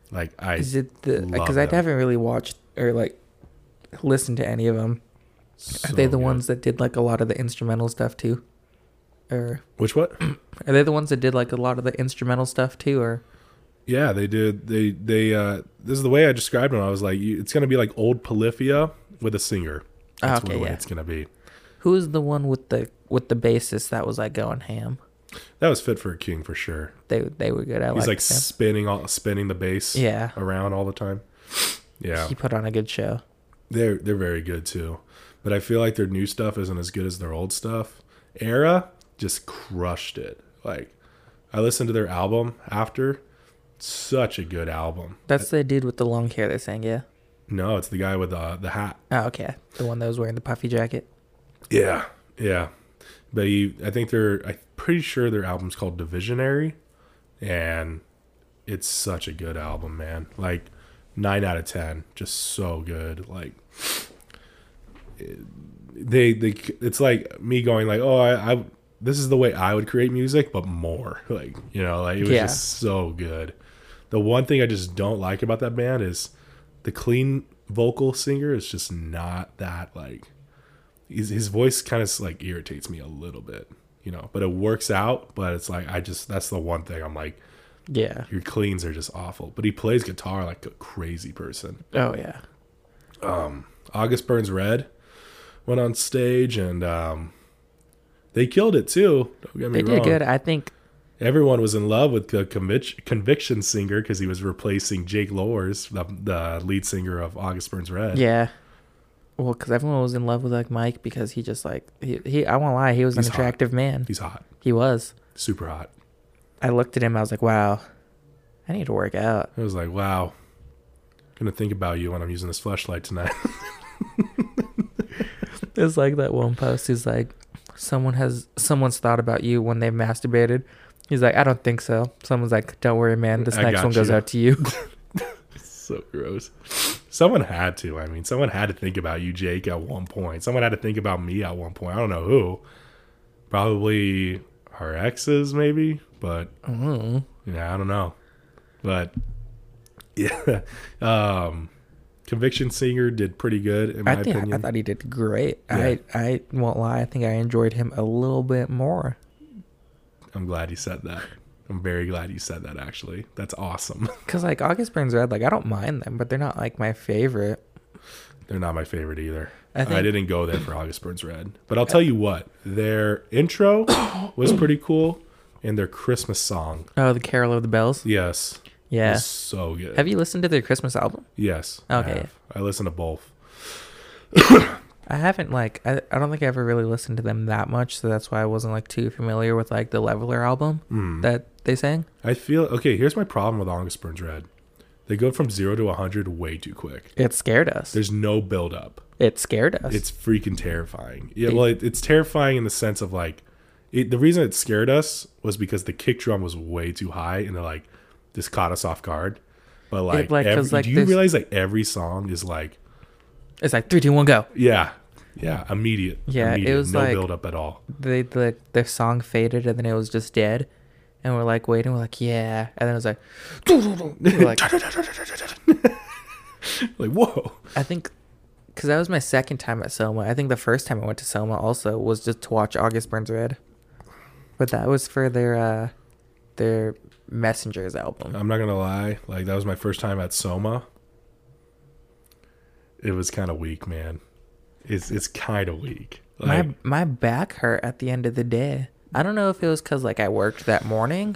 S4: Like I
S3: Is it the
S4: love
S3: because I
S4: them.
S3: haven't really watched or like listened to any of them? Are
S4: so
S3: they the
S4: good.
S3: ones that did like a lot of the instrumental stuff too? Or
S4: Which what?
S3: are they the ones that did like a lot of the instrumental stuff too? Or
S4: yeah, they did. They they uh this is the way I described them. I was like, you, it's gonna be like old Polyphia with a singer.
S3: Ah,
S4: That's
S3: okay,
S4: the way
S3: yeah.
S4: it's gonna be.
S3: who is the one with the with the bassist that was like going ham?
S4: That was fit for a king for sure.
S3: They they were good. I
S4: He's
S3: liked
S4: like
S3: them.
S4: spinning all spinning the bass
S3: Yeah.
S4: around all the time. Yeah.
S3: He put on a good show.
S4: They're they're very good too. But I feel like their new stuff isn't as good as their old stuff. Era just crushed it. Like I listened to their album after. Such a good album.
S3: That's the dude with the long hair they sang, yeah.
S4: No, it's the guy with uh, the hat.
S3: Oh, okay. The one that was wearing the puffy jacket.
S4: Yeah, yeah. But he, I think they're. I'm pretty sure their album's called Divisionary, and it's such a good album, man. Like nine out of ten, just so good. Like it- they, they. It's like me going like, oh, I, I. This is the way I would create music, but more. Like you know, like it was
S3: Yeah.
S4: just so good. The one thing I just don't like about that band is the clean vocal singer is just not that like his, his voice kind of like irritates me a little bit, you know, but it works out. But it's like, I just, that's the one thing I'm like,
S3: Yeah.
S4: your cleans are just awful. But he plays guitar like a crazy person. Um,
S3: Oh yeah.
S4: August Burns Red went on stage and, um, they killed it too. Don't get me
S3: They
S4: wrong.
S3: did good. I think
S4: Everyone was in love with the convic- conviction singer because he was replacing Jake Lowers, the, the lead singer of August Burns Red.
S3: Yeah. Well, because everyone was in love with like Mike because he just like he, he I won't lie he was
S4: He's
S3: an
S4: hot.
S3: attractive man.
S4: He's hot,
S3: He was.
S4: super hot.
S3: I looked at him. I was like, wow, I need to work out.
S4: I was like, wow, gonna think about you when I'm using this flashlight tonight.
S3: It's like that one post. He's like, someone has someone's thought about you when they masturbated. He's like, I don't think so. Someone's like, don't worry, man. This
S4: I
S3: next
S4: got
S3: one goes
S4: you."
S3: out to you.
S4: so gross. Someone had to. I mean, someone had to think about you, Jake, at one point. Someone had to think about me at one point. I don't know who. Probably our exes, maybe. But
S3: Mm-hmm.
S4: yeah, I don't know. But yeah, um, Conviction Singer did pretty good in my
S3: I think I
S4: opinion.
S3: thought he did great. I I won't lie. I think I enjoyed him a little bit more.
S4: I'm glad you said that. I'm very glad you said that. Actually, that's awesome.
S3: Cause like August Burns Red, like I don't mind them, but they're not like my favorite.
S4: They're not my favorite either.
S3: I
S4: I,
S3: think-
S4: didn't go there for August Burns Red, but I'll tell you what, their intro was pretty cool, and their Christmas song,
S3: Oh, the Carol of the Bells.
S4: yes,
S3: Yeah.
S4: was so good.
S3: Have you listened to their Christmas album?
S4: Yes.
S3: Okay.
S4: I, have. I listen to both.
S3: I haven't like I, I don't think I ever really listened to them that much, so that's why I wasn't like too familiar with like the Leveler album
S4: Hmm.
S3: that they sang.
S4: I feel okay. Here's my problem with August Burns Red. They go from zero to 100 way too quick.
S3: It scared us.
S4: There's no buildup.
S3: it scared us.
S4: It's freaking terrifying. Yeah, well, it, it's terrifying in the sense of like, it, the reason it scared us was because the kick drum was way too high, and they're like, this caught us off guard. But like,
S3: like, 'cause,
S4: every,
S3: like,
S4: do you
S3: this-
S4: realize like every song is like,
S3: it's like three, two, one, go.
S4: yeah, yeah, immediate.
S3: Yeah, it
S4: immediate,
S3: was
S4: no
S3: like-
S4: build up at all.
S3: They like the song faded and then it was just dead, and we're like waiting. We're like yeah, and then it was like, we're like
S4: Like, whoa.
S3: I think because that was my second time at Soma. I think the first time I went to Soma also was just to watch August Burns Red, but that was for their uh their Messengers album.
S4: I'm not gonna lie, like that was my first time at Soma. It was kind of weak, man. It's it's kind of weak. Like,
S3: my my back hurt at the end of the day. I don't know if it was because like I worked that morning,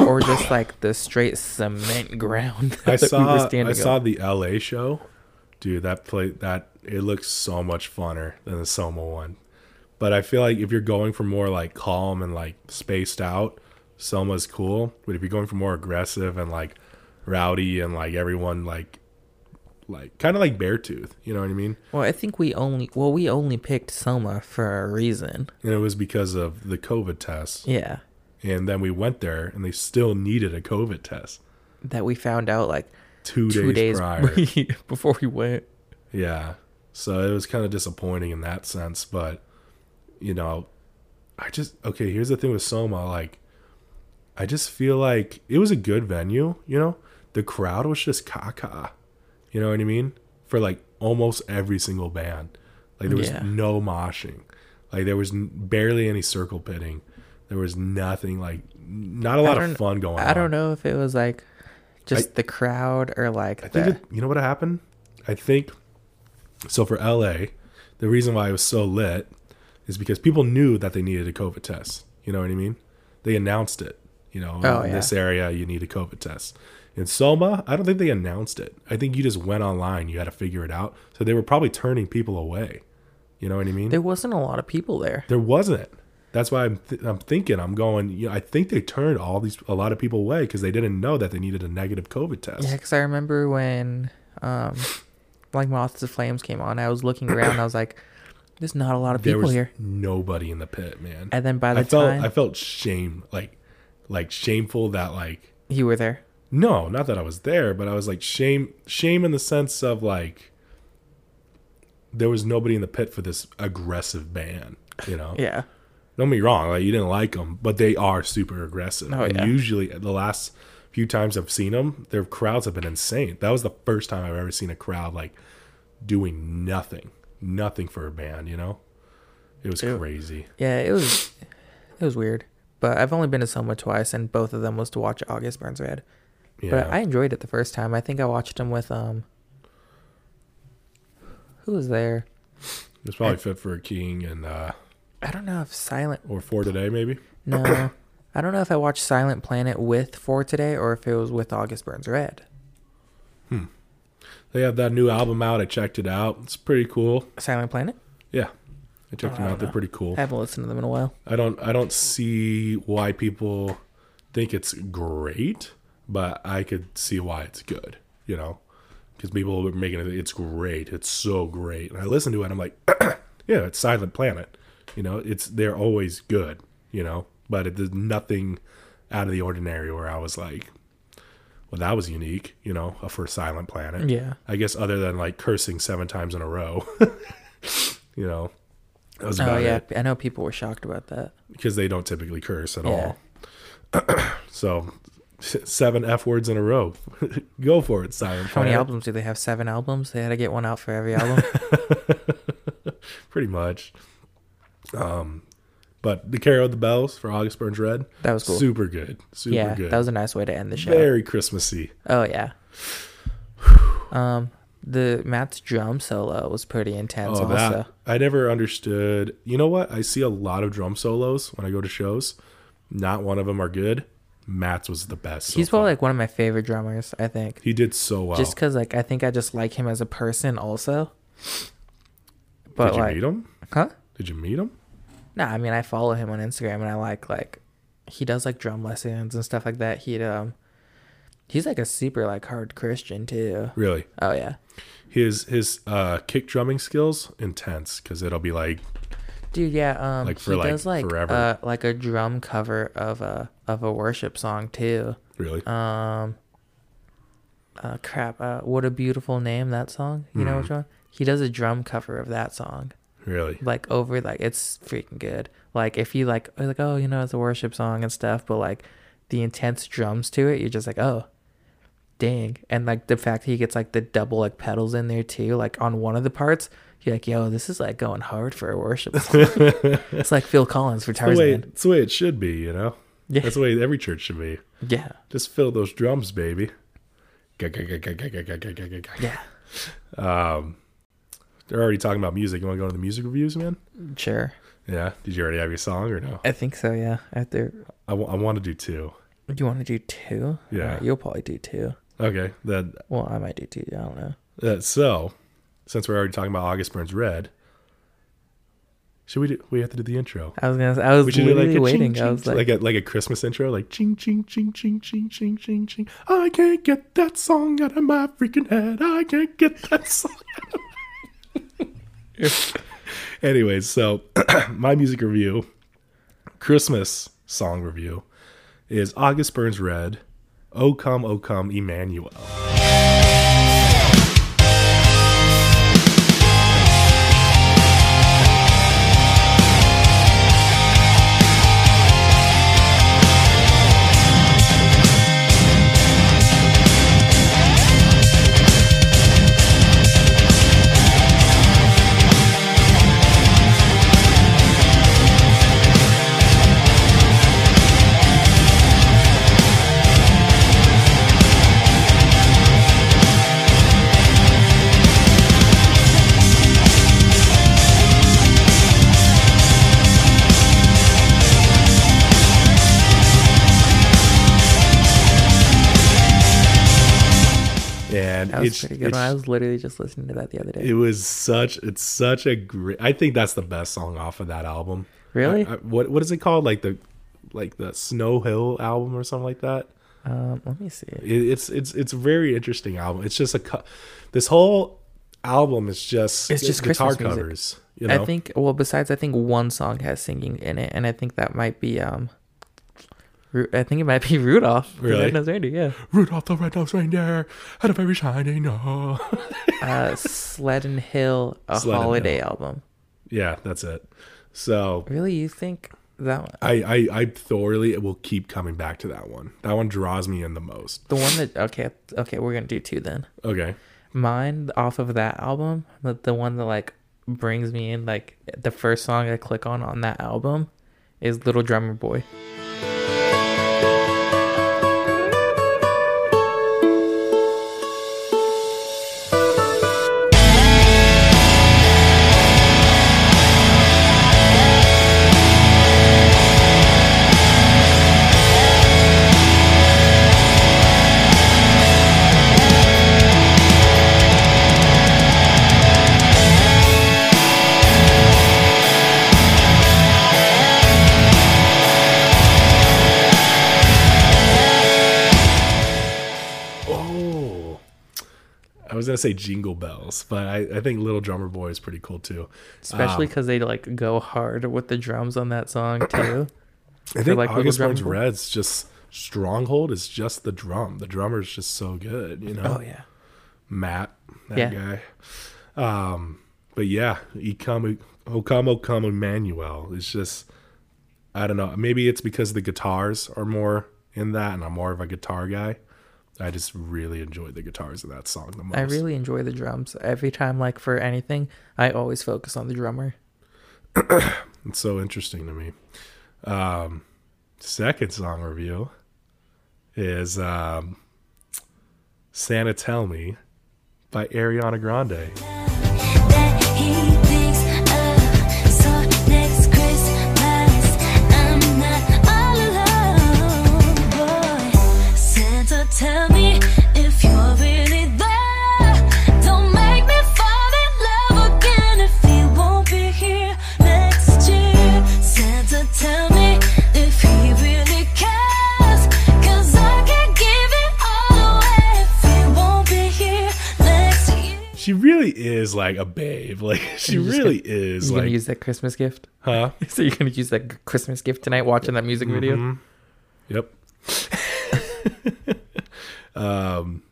S3: or just like the straight cement ground. That
S4: I
S3: we were
S4: saw
S3: standing
S4: I
S3: on.
S4: saw the LA show, dude. That play that it looks so much funner than the Soma one. But I feel like if you're going for more like calm and like spaced out, Soma's cool. But if you're going for more aggressive and like rowdy and like everyone like like kind of like Beartooth, you know what I mean?
S3: Well, I think we only well we only picked Soma for a reason.
S4: And it was because of the COVID tests.
S3: Yeah,
S4: and then we went there and they still needed a covid test
S3: that we found out like
S4: two,
S3: two
S4: days,
S3: days
S4: prior
S3: before we went.
S4: yeah so it was kind of disappointing in that sense but you know i just okay here's the thing with soma like i just feel like it was a good venue you know the crowd was just caca you know what i mean for like almost every single band like there was
S3: Yeah.
S4: no moshing like there was n- barely any circle pitting there was nothing like not a lot
S3: don't-
S4: of fun going on
S3: I don't know if it was like just the crowd or like
S4: I
S3: the
S4: think it, you know what happened? I think so for LA, the reason why it was so lit is because people knew that they needed a COVID test. You know what I mean? They announced it. You know,
S3: Oh,
S4: in
S3: yeah.
S4: this area you need a COVID test. In Soma, I don't think they announced it. I think you just went online, you had to figure it out. So they were probably turning people away. You know what I mean?
S3: there wasn't a lot of people there.
S4: There wasn't. That's why I'm th- I'm thinking I'm going. You know, I think they turned all these a lot of people away because they didn't know that they needed a negative COVID test.
S3: Yeah, because I remember when, um, like Moths to Flames came on, I was looking around. and I was like, "There's not a lot of
S4: there
S3: people
S4: was
S3: here."
S4: nobody in the pit, man.
S3: And then by the
S4: I felt
S3: time
S4: I felt shame, like like shameful that like
S3: you were there,
S4: no, not that I was there, but I was like shame shame in the sense of like there was nobody in the pit for this aggressive band, you know.
S3: yeah,
S4: Don't be wrong, like you didn't like them, but they are super aggressive.
S3: Oh,
S4: and
S3: yeah.
S4: usually uh, the last few times I've seen them, their crowds have been insane. That was the first time I've ever seen a crowd like doing nothing, nothing for a band, you know. It was crazy.
S3: yeah. It was, it was weird. But I've only been to Soma twice, and both of them was to watch August Burns Red.
S4: Yeah.
S3: But I enjoyed it the first time. I think I watched him with um, who was there?
S4: It's probably fit for a king and uh
S3: I don't know if Silent
S4: or four today maybe.
S3: No. I don't know if I watched Silent Planet with For Today or if it was with August Burns Red.
S4: They have that new album out. I checked it out. It's pretty cool.
S3: Silent Planet?
S4: Yeah, I checked them out. They're pretty cool.
S3: Oh, I haven't listened to them in a while.
S4: I don't I don't see why people think it's great, but I could see why it's good. You know, because people were making it. It's great. It's so great. And I listen to it. I'm like, yeah, it's Silent Planet. You know, it's they're always good. You know, but it, there's nothing out of the ordinary where I was like, well, that was unique. You know, uh, for Silent Planet.
S3: Yeah.
S4: I guess other than like cursing seven times in a row. you know, that was
S3: Oh
S4: about
S3: yeah,
S4: it
S3: I know people were shocked about that.
S4: because they don't typically curse at
S3: Yeah.
S4: all. so seven f words in a row. Go for it, Silent
S3: How many
S4: Planet.
S3: albums do they have? Seven albums. They had to get one out for every album.
S4: Pretty much. Um, but the Carol of the Bells for August Burns Red.
S3: That was cool.
S4: Super good. Super
S3: yeah,
S4: good.
S3: that was a nice way to end the show.
S4: very Christmassy.
S3: Oh yeah. Oh, Um, the Matt's drum solo was pretty intense.
S4: Oh,
S3: also,
S4: that I never understood. You know what? I see a lot of drum solos when I go to shows. Not one of them are good. Matt's was the best. so
S3: he's probably
S4: far.
S3: like one of my favorite drummers. I think
S4: he did so well.
S3: Just 'cause just because like I think I just like him as a person also. But
S4: did you
S3: like,
S4: meet him?
S3: huh?
S4: Did you meet him?
S3: No, I mean I follow him on Instagram and I like like he does like drum lessons and stuff like that. He um he's like a super like hard Christian too.
S4: Really?
S3: Oh yeah.
S4: His his uh, kick drumming skills intense because it'll be like
S3: Dude, yeah, um
S4: Like, for,
S3: he
S4: like,
S3: does like
S4: forever.
S3: uh like a drum cover of a of a worship song too.
S4: really.
S3: Um uh crap, uh what a beautiful name that song. You know which one? He does a drum cover of that song.
S4: Really?
S3: like over like it's freaking good like if you like are like oh you know it's a worship song and stuff but like the intense drums to it you're just like oh dang and like the fact he gets like the double like pedals in there too like on one of the parts you're like yo this is like going hard for a worship song. it's like phil collins for
S4: That's the, way,
S3: tarzan
S4: that's the way it should be, you know?
S3: Yeah.
S4: That's the way every church should be.
S3: yeah
S4: Just fill those drums, baby. Ga- ga- ga- ga- ga- ga- ga- ga- ga- ga- ga.
S3: yeah
S4: They're already talking about music. You want to go to the music reviews, man?
S3: sure
S4: Yeah. Did you already have your song or no?
S3: i think so yeah after
S4: I want to do two.
S3: you want to do two
S4: Yeah.
S3: Alright, you'll probably do two
S4: Okay. Then
S3: well i might do two i don't know
S4: uh, so, since we're already talking about August Burns Red, should we do? We have to do the intro.
S3: i was gonna say- i was
S4: We should do
S3: literally
S4: like a
S3: waiting
S4: ching,
S3: i
S4: ching,
S3: was
S4: like, a like a Christmas intro, like ching ching ching ching ching ching ching ching. I can't get that song out of my freaking head. I can't get that song. Out of my Anyways, so my music review, Christmas song review, is August Burns Red, "O Come, O Come, Emmanuel." And
S3: That was
S4: it's
S3: a pretty good
S4: it's-
S3: one. I was literally just listening to that the other day.
S4: It was such it's such a great. I think that's the best song off of that album.
S3: Really?
S4: I- I- what what is it called? Like the like the Snow Hill album or something like that.
S3: um, let me see.
S4: It, it's it's it's a very interesting album. It's just a cu- this whole album is just
S3: It's just
S4: guitar
S3: Christmas music.
S4: covers. You know,
S3: I think. Well, besides, I think one song has singing in it, and I think that might be um. Ru- I think it might be Rudolph. the
S4: Really?
S3: Red-Nosed Reindeer, yeah.
S4: Rudolph the Red-Nosed Reindeer had a very shiny nose.
S3: Uh, Sleddon Hill, a
S4: Sleddon
S3: holiday album.
S4: yeah, that's it. So
S3: Really, you think that one,
S4: I, I I thoroughly will keep coming back to that one. That one draws me in the most.
S3: the one that? Okay, okay, we're gonna do two then.
S4: Okay,
S3: Mine off of that album, the, the one that like brings me in, like the first song I click on on that album, is Little Drummer Boy.
S4: Oh, I was gonna say Jingle Bells, but I, I think Little Drummer Boy is pretty cool too. Um,
S3: especially because they like go hard with the drums on that song too.
S4: I think
S3: like, Little
S4: August
S3: Drummer
S4: Burns
S3: Boy?
S4: Red's just stronghold is just the drum. The drummer's just so good, you know.
S3: yeah,
S4: Matt, that
S3: Yeah.
S4: guy. Um, but yeah, Ikam Okamo Come Emmanuel is just I don't know. Maybe it's because the guitars are more in that, and I'm more of a guitar guy. I just really enjoyed the guitars in that song the most.
S3: I really enjoy the drums every time. Like for anything, I always focus on the drummer.
S4: It's so interesting to me. Um, second song review is um, Santa Tell Me
S1: by Ariana Grande.
S5: That he thinks of. So next Christmas, I'm not all alone, boy. Santa, tell me if you're really there. Don't make me fall in love again if he won't be here next year. Santa, tell me if he really cares. 'Cause I can't give it all away if he won't be here next year.
S4: She really is like a babe. Like she
S3: just
S4: really
S3: gonna-
S4: is
S3: You gonna
S4: like
S3: use that Christmas gift?
S4: huh?
S3: So you're gonna use that Christmas gift tonight, watching that music video?
S4: Mm-hmm. Yep. um,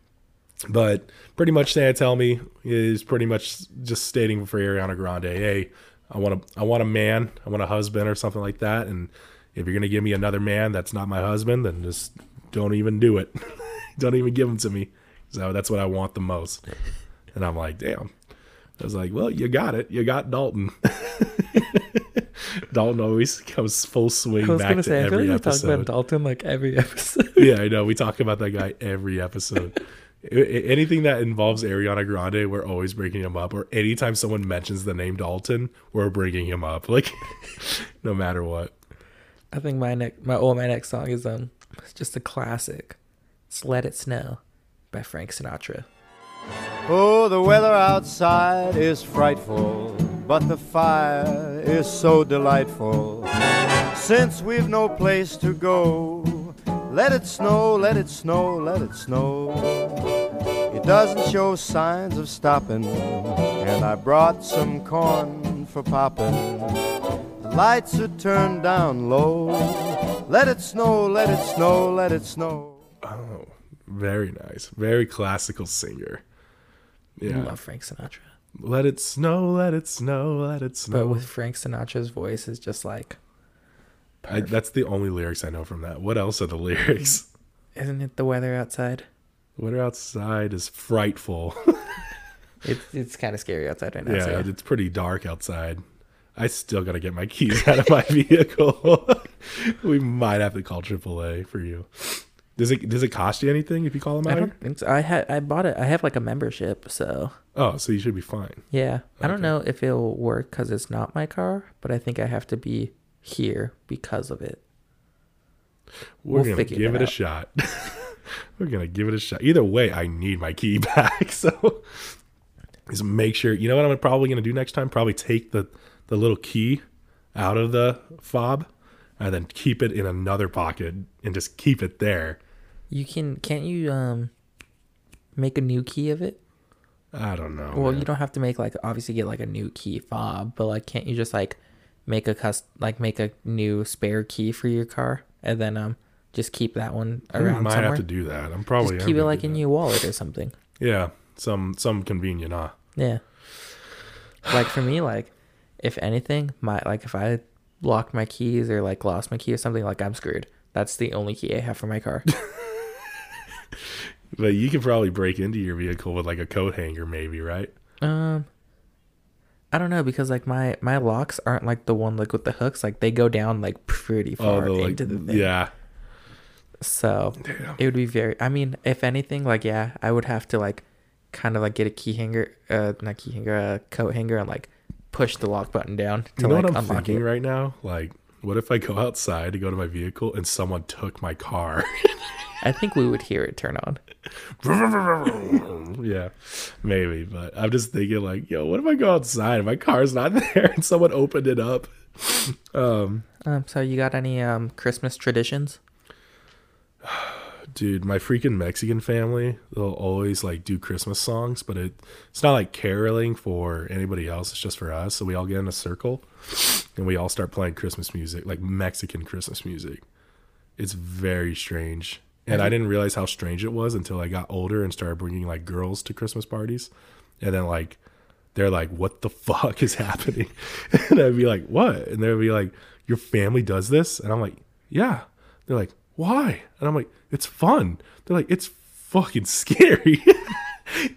S4: but pretty much Santa Tell Me is pretty much just stating for Ariana Grande, hey, I want a, I want a man, I want a husband or something like that. And if you're gonna give me another man that's not my husband, then just don't even do it. don't even give him to me. So that's what I want the most. And I'm like, damn. I was like, well, you got it. You got Dalton. Dalton always comes full swing
S3: I was
S4: back
S3: gonna
S4: to
S3: say I feel
S4: every
S3: like we talk
S4: episode
S3: about Dalton like every episode.
S4: yeah, I know. We talk about that guy every episode. A- a- Anything that involves Ariana Grande, we're always bringing him up. Or anytime someone mentions the name Dalton, we're bringing him up. Like, no matter what.
S3: I think my neck, my oh my next song is um, it's just a classic. It's "Let It Snow" by Frank Sinatra.
S6: Oh, the weather outside is frightful, but the fire is so delightful. Since we've no place to go, let it snow, let it snow, let it snow. It doesn't show signs of stopping, and I brought some corn for popping. The lights are turned down low. Let it snow, let it snow, let it snow.
S4: Oh, very nice. Very classical singer.
S3: I
S4: Yeah.
S3: love Frank Sinatra,
S4: Let it snow, let it snow, let it
S3: but
S4: snow.
S3: with Frank Sinatra's voice is just like,
S4: I, that's the only lyrics I know from that. What else are the lyrics?
S3: isn't it the weather outside?
S4: Winter outside is frightful.
S3: It's it's kind of scary outside right now.
S4: Yeah,
S3: so
S4: it's pretty dark outside. I still gotta get my keys out of my vehicle. we might have to call AAA for you. Does it does it cost you anything if you call them
S3: I
S4: out? here?
S3: don't think so. I had I bought it. I have like a membership, so
S4: Oh, so you should be fine.
S3: yeah. I don't know if it'll work because it's not my car, but I think I have to be here because of it.
S4: We're
S3: We'll
S4: gonna
S3: figure
S4: give
S3: that
S4: it a
S3: out.
S4: shot. We're gonna give it a shot. Either way, I need my key back. So just make sure. You know what I'm probably gonna do next time? Probably take the the little key out of the fob and then keep it in another pocket and just keep it there.
S3: You can can't you um make a new key of it?
S4: I don't know.
S3: Well,
S4: man.
S3: you don't have to make like obviously get like a new key fob, but like can't you just like make a cust like make a new spare key for your car and then um just keep that one
S4: I
S3: around
S4: might
S3: somewhere?
S4: have to do that. I'm probably
S3: just
S4: am
S3: keep it
S4: gonna
S3: like
S4: do
S3: in
S4: that.
S3: your wallet or something.
S4: Yeah, some some convenient. Huh?
S3: Yeah. Like for me, like if anything, my like if I locked my keys or like lost my key or something, like I'm screwed. That's the only key I have for my car.
S4: But you could probably break into your vehicle with like a coat hanger, maybe, right?
S3: Um, I don't know because like my my locks aren't like the one like with the hooks. Like they go down like pretty
S4: Oh,
S3: far
S4: the, like,
S3: into the thing.
S4: yeah.
S3: So it would be very. I mean, if anything, like yeah, I would have to like kind of like get a key hanger, uh, not key hanger, a coat hanger, and like push the lock button down to
S4: You know
S3: like
S4: what I'm
S3: unlock
S4: thinking
S3: it.
S4: right now? Like, what if I go outside to go to my vehicle and someone took my car?
S3: I think we would hear it turn on.
S4: yeah, maybe. But I'm just thinking, like, yo, what if I go outside and my car's not there and someone opened it up?
S3: Um, so you got any um Christmas traditions?
S4: dude my freaking mexican family they'll always like do christmas songs but it it's not like caroling for anybody else it's just for us so we all get in a circle and we all start playing christmas music like mexican christmas music it's very strange and i didn't realize how strange it was until i got older and started bringing like girls to christmas parties and then like they're like what the fuck is happening and i'd be like what and they'd be like your family does this and i'm like yeah they're like why and i'm like it's fun they're like it's fucking scary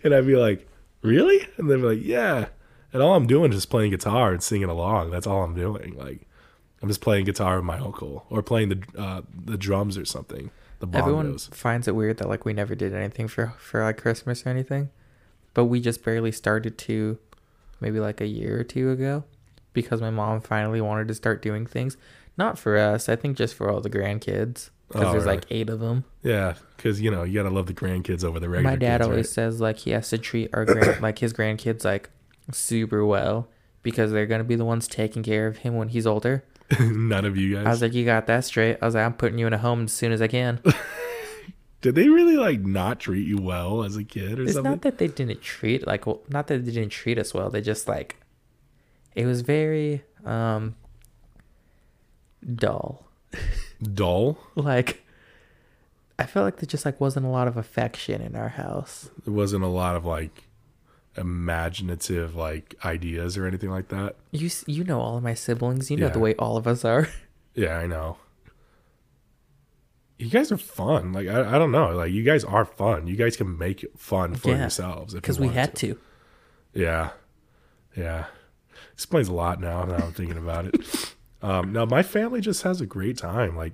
S4: and i'd be like really and they'd be like yeah and all i'm doing is just playing guitar and singing along that's all i'm doing like i'm just playing guitar with my uncle or playing the uh, the drums or something the bongos
S3: Everyone finds it weird that like we never did anything for for like Christmas or anything. but we just barely started to maybe like a year or two ago because my mom finally wanted to start doing things. Not for us, I think just for all the grandkids because
S4: Oh,
S3: there's
S4: really?
S3: like eight of them.
S4: Yeah, because you know you gotta love the grandkids over the regular.
S3: my dad
S4: kids,
S3: always
S4: right?
S3: says like he has to treat our grand like his grandkids like super well because they're gonna be the ones taking care of him when he's older.
S4: none of you
S3: I
S4: guys.
S3: was like, you got that straight. I was like, I'm putting you in a home as soon as I can.
S4: Did they really like not treat you well as a kid or
S3: It's
S4: something?
S3: not that they didn't treat like well, not that they didn't treat us well. They just like it was very um dull.
S4: Dull.
S3: Like I felt like there just like wasn't a lot of affection in our house.
S4: There wasn't a lot of like imaginative like ideas or anything like that.
S3: You s- you know all of my siblings. You know the
S4: Yeah.
S3: way all of us are.
S4: Yeah, I know. You guys are fun. Like I, I don't know. Like you guys are fun. You guys can make it fun for
S3: Yeah,
S4: yourselves if you
S3: Because we
S4: want
S3: had to.
S4: Yeah. Yeah. Explains a lot now now I'm thinking about it. Um, now my family just has a great time. Like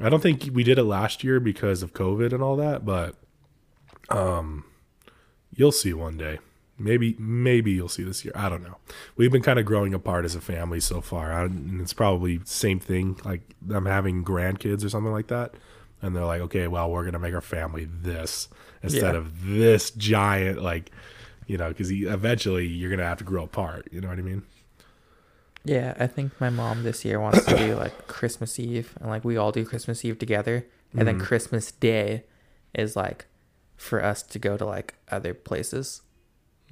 S4: I don't think we did it last year because of COVID and all that, but um you'll see one day. Maybe maybe you'll see this year. I don't know. We've been kind of growing apart as a family so far. I, and it's probably same thing like I'm having grandkids or something like that. And they're like, okay, well, we're gonna make our family this instead
S3: Yeah.
S4: of this giant like you know, because eventually you're gonna have to grow apart. You know what I mean?
S3: Yeah, I think my mom this year wants to do like Christmas Eve and like we all do Christmas Eve together. And then Christmas Day is like for us to go to like other places.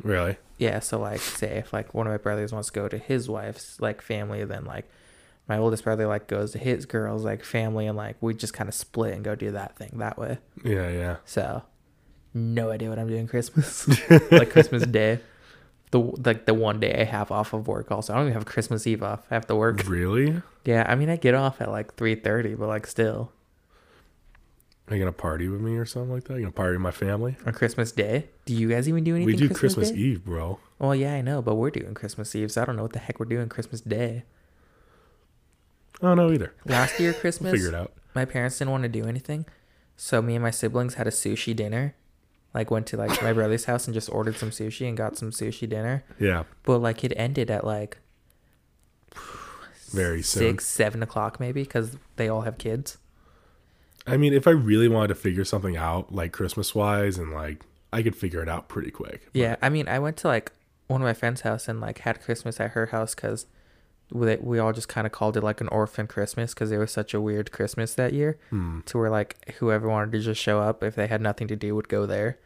S4: Really?
S3: yeah so like say if like one of my brothers wants to go to his wife's like family then like my oldest brother like goes to his girl's like family and like we just kind of split and go do that thing that way
S4: Yeah, yeah.
S3: so no idea what i'm doing christmas like christmas day the like the one day i have off of work also i don't even have christmas eve off i have to work
S4: Really? Are
S3: yeah i mean i get off at like 3.30 but like still
S4: you gonna party with me or something like that? you gonna party with my family?
S3: on christmas day do you guys even do anything
S4: we do Christmas,
S3: Day?
S4: Eve, bro.
S3: well yeah i know but we're doing christmas eve so i don't know what the heck we're doing christmas day
S4: I don't know either.
S3: last year christmas
S4: Figure it out.
S3: my parents didn't want to do anything so me and my siblings had a sushi dinner like went to like my brother's house and just ordered some sushi and got some sushi dinner
S4: Yeah,
S3: but like it ended at like
S4: very soon.
S3: six seven o'clock maybe because they all have kids
S4: I mean, if I really wanted to figure something out, like Christmas wise, and like I could figure it out pretty quick.
S3: yeah i mean i went to like one of my friend's house and like had christmas at her house because we, we all just kind of called it like an orphan christmas because it was such a weird christmas that year
S4: Hmm.
S3: to where like whoever wanted to just show up if they had nothing to do would go there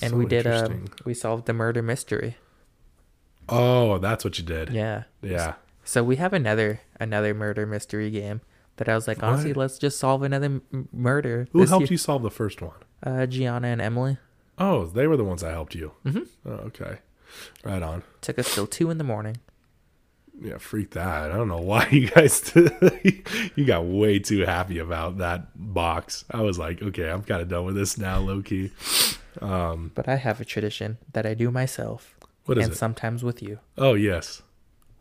S3: and
S4: So
S3: we did um,
S4: interesting.
S3: we solved the murder mystery
S4: Oh, that's what you did.
S3: yeah
S4: Yeah.
S3: So we have another another murder mystery game that I was like, honestly,
S4: What?
S3: let's just solve another m- murder.
S4: Who
S3: this
S4: helped you
S3: year."
S4: solve the first one?
S3: Uh, Gianna and Emily
S4: Oh, they were the ones that helped you. Mm-hmm. Oh, okay. Right on.
S3: took us till two in the morning.
S4: Yeah, freak that. I don't know why you guys you got way too happy about that box. I was like, okay, I'm kind of done with this now, low key.
S3: But I have a tradition that I do myself,
S4: What is
S3: and
S4: it?
S3: sometimes with you.
S4: oh yes,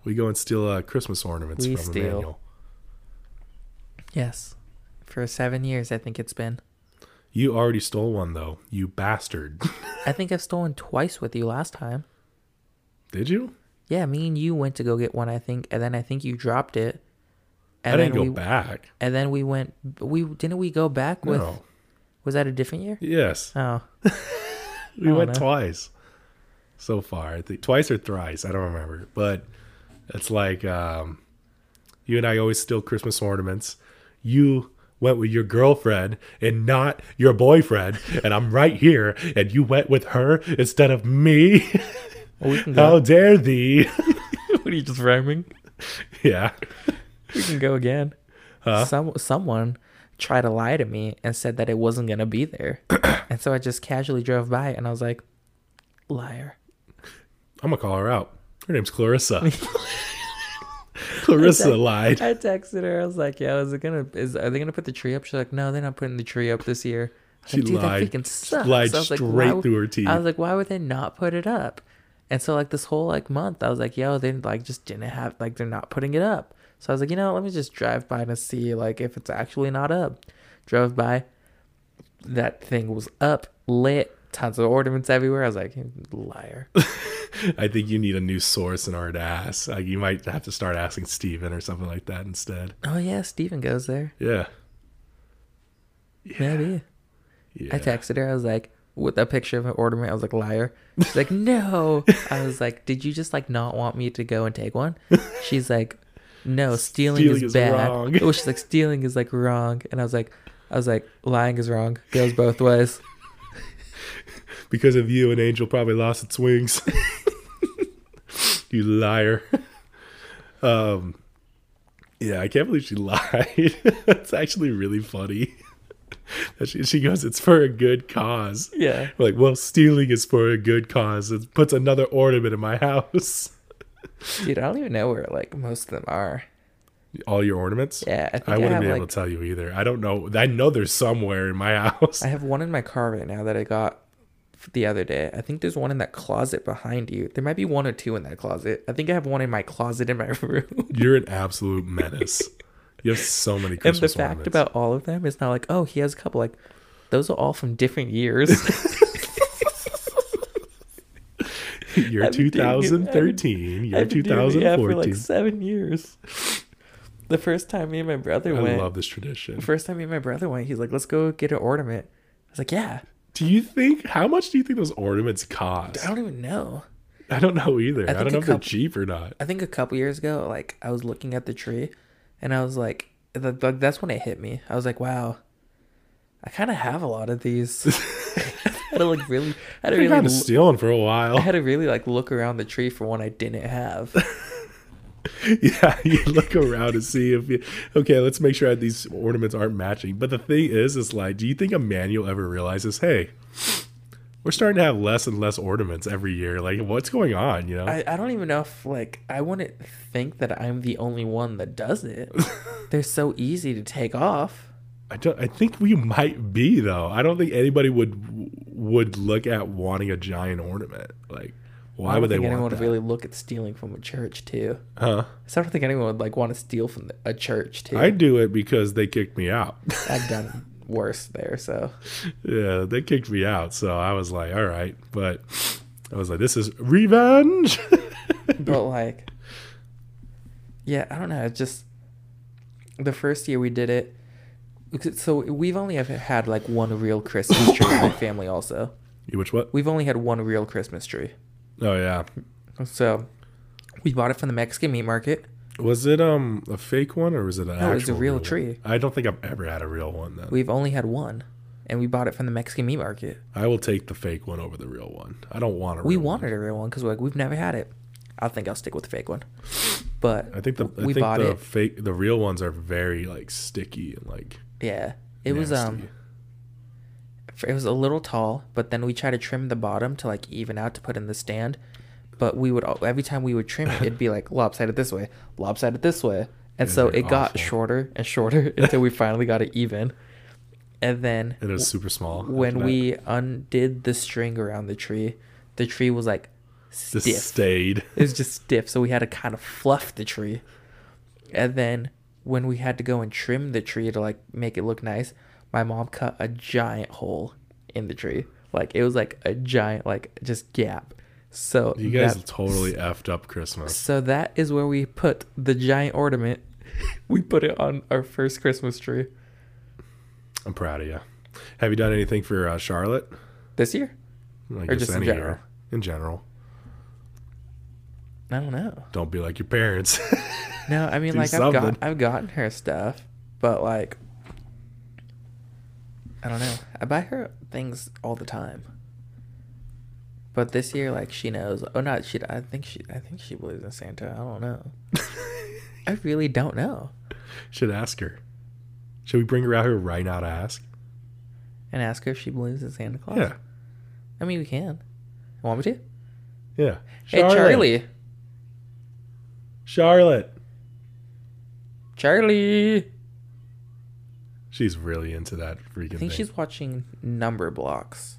S4: we go and steal uh, Christmas ornaments
S3: We
S4: from
S3: steal.
S4: Emmanuel.
S3: Yes, for seven years I think it's been.
S4: You already stole one though, you bastard.
S3: I think I've stolen twice with you last time.
S4: Did you?
S3: Yeah, me and you went to go get one, I think, and then I think you dropped it. And
S4: I didn't
S3: then
S4: go
S3: we,
S4: back.
S3: And then we went. We didn't we go back with?
S4: no.
S3: Was that a different year?
S4: Yes,
S3: Oh,
S4: we went
S3: know.
S4: twice so far. I think twice or thrice. I don't remember, but it's like um, you and I always steal Christmas ornaments. You went with your girlfriend and not your boyfriend, and I'm right here, and you went with her instead of me.
S3: well, we can
S4: How
S3: go.
S4: dare thee?
S3: what are you just rhyming?
S4: yeah.
S3: we can go again. Some someone tried to lie to me and said that it wasn't gonna be there, and so I just casually drove by and I was like, "Liar!"
S4: I'm gonna call her out. Her name's Clarissa. Clarissa lied.
S3: I texted her. I was like, "Yo, is it gonna? Is are they gonna put the tree up?" She's like, "No, they're not putting the tree up this year." I was
S4: She
S3: like,
S4: lied.
S3: That freaking
S4: She
S3: sucks.
S4: lied
S3: I was like,
S4: straight
S3: why-
S4: through her teeth.
S3: I was like, "Why would they not put it up?" And so like this whole like month, I was like, "Yo, they like just didn't have like they're not putting it up." So I was like, "You know, let me just drive by to see like if it's actually not up." Drove by, that thing was up lit tons of ornaments everywhere. I was like, liar.
S4: I think you need a new source in order to ask. Like you might have to start asking Steven or something like that instead.
S3: oh yeah, Steven goes there.
S4: Yeah.
S3: Maybe.
S4: Yeah.
S3: I texted her. I was like, with a picture of an ornament. I was like, liar. She's like, no. I was like, did you just like not want me to go and take one? She's like, no, stealing,
S4: Stealing
S3: is,
S4: is
S3: bad.
S4: wrong.
S3: Oh, she's like, stealing is like wrong. And I was like, I was like, lying is wrong. Goes both ways.
S4: Because of you, an angel probably lost its wings. you liar. Um, yeah, I can't believe she lied. That's actually really funny. That She, she goes, it's for a good cause.
S3: Yeah.
S4: Like, well, stealing is for a good cause. It puts another ornament in my house.
S3: Dude, I don't even know where like most of them are.
S4: All your ornaments?
S3: Yeah, I think
S4: I
S3: I
S4: wouldn't
S3: have,
S4: be able
S3: like-
S4: to tell you either. I don't know. I know there's somewhere in my house.
S3: I have one in my car right now that I got f- the other day. I think there's one in that closet behind you. There might be one or two in that closet. I think I have one in my closet in my room.
S4: You're an absolute menace. you have so many
S3: and
S4: Christmas
S3: the fact
S4: ornaments.
S3: about all of them is not like, oh, he has a couple. Like, those are all from different years.
S4: Year
S3: I've been doing it- I've been-
S4: 2013, year
S3: I've been doing it, yeah, for
S4: 2014.
S3: like seven years. The first time me and my brother
S4: I
S3: went,
S4: love this tradition.
S3: the first time me and my brother went, he's like, let's go get an ornament. I was like, yeah,
S4: Do you think how much do you think those ornaments cost?
S3: I don't even know.
S4: I don't know either. I,
S3: think
S4: don't know
S3: a
S4: if they're
S3: couple-
S4: cheap or not.
S3: I think a couple years ago, like I was looking at the tree, and I was like, th- th- that's when it hit me. I was like, wow, I kind of have a lot of these. I had to like really, I had to
S4: They've
S3: really,
S4: been
S3: l-
S4: stealing for a
S3: I
S4: while.
S3: had to really like look around the tree for one I didn't have.
S4: yeah, you look around and see if you, okay, let's make sure that these ornaments aren't matching. But the thing is, is like, do you think Emmanuel ever realizes, hey, we're starting to have less and less ornaments every year? Like, what's going on? You know,
S3: I, I don't even know if like I wouldn't think that I'm the only one that does it. They're so easy to take off.
S4: I don't. I think we might be though. I don't think anybody would would look at wanting a giant ornament. Like,
S3: I
S4: why
S3: don't
S4: would they
S3: think
S4: want
S3: anyone
S4: that?
S3: would really look at stealing from a church too.
S4: huh?
S3: So I don't think anyone would like want to steal from the, a church too.
S4: I do it because they kicked me out.
S3: I've done worse there, so
S4: yeah, they kicked me out. So I was like, all right, but I was like, this is revenge.
S3: but like yeah i don't know it's just the first year we did it so we've only ever had like one real christmas tree in my family also
S4: you which what?
S3: we've only had one real christmas tree
S4: Oh yeah.
S3: so we bought it from the mexican meat market
S4: Was it um a fake one or was it an
S3: No,
S4: actual?
S3: it was a real
S4: one?
S3: tree.
S4: I don't think I've ever had a real one. Then
S3: we've only had one and we bought it from the mexican meat market
S4: I will take the fake one over the real one. I don't want a.
S3: we
S4: real one.
S3: wanted a real one because like we've never had it i think i'll stick with the fake one but
S4: I think the I
S3: we
S4: think
S3: bought
S4: the
S3: it
S4: fake the real ones are very like sticky and like
S3: yeah it was um
S4: nasty.
S3: f- it was a little tall, but then we try to trim the bottom to like even out to put in the stand. But we would al- every time we would trim it, it'd be like lopsided this way, lopsided this way, and so
S4: they're
S3: it got
S4: awful.
S3: shorter and shorter until we finally got it even. And then
S4: and it was super small. after
S3: when
S4: that.
S3: we undid the string around the tree, the tree was like
S4: just
S3: stiff.
S4: stayed,
S3: It was just stiff, so we had to kind of fluff the tree. And then when we had to go and trim the tree to like make it look nice, my mom cut a giant hole in the tree. Like it was like a giant like just gap. So
S4: you guys
S3: that-
S4: totally effed up Christmas.
S3: So that is where we put the giant ornament. we put it on our first Christmas tree
S4: I'm proud of you. Have you done anything for uh, Charlotte?
S3: this year.
S4: Like
S3: Or just in general?
S4: In general,
S3: I don't know.
S4: don't be like your parents.
S3: No, I mean
S4: Do
S3: like I've
S4: something.
S3: got I've gotten her stuff, but like I don't know. I buy her things all the time. But this year like she knows oh no she I think she I think she believes in Santa. I don't know. I really don't know.
S4: Should ask her. Should we bring her out here right now to ask?
S3: And ask her if she believes in Santa Claus.
S4: Yeah,
S3: I mean we can. You want me to?
S4: yeah.
S3: Hey Charlie.
S4: Charlotte.
S3: Charlie.
S4: She's really into that freaking
S3: I think
S4: thing.
S3: she's watching number blocks.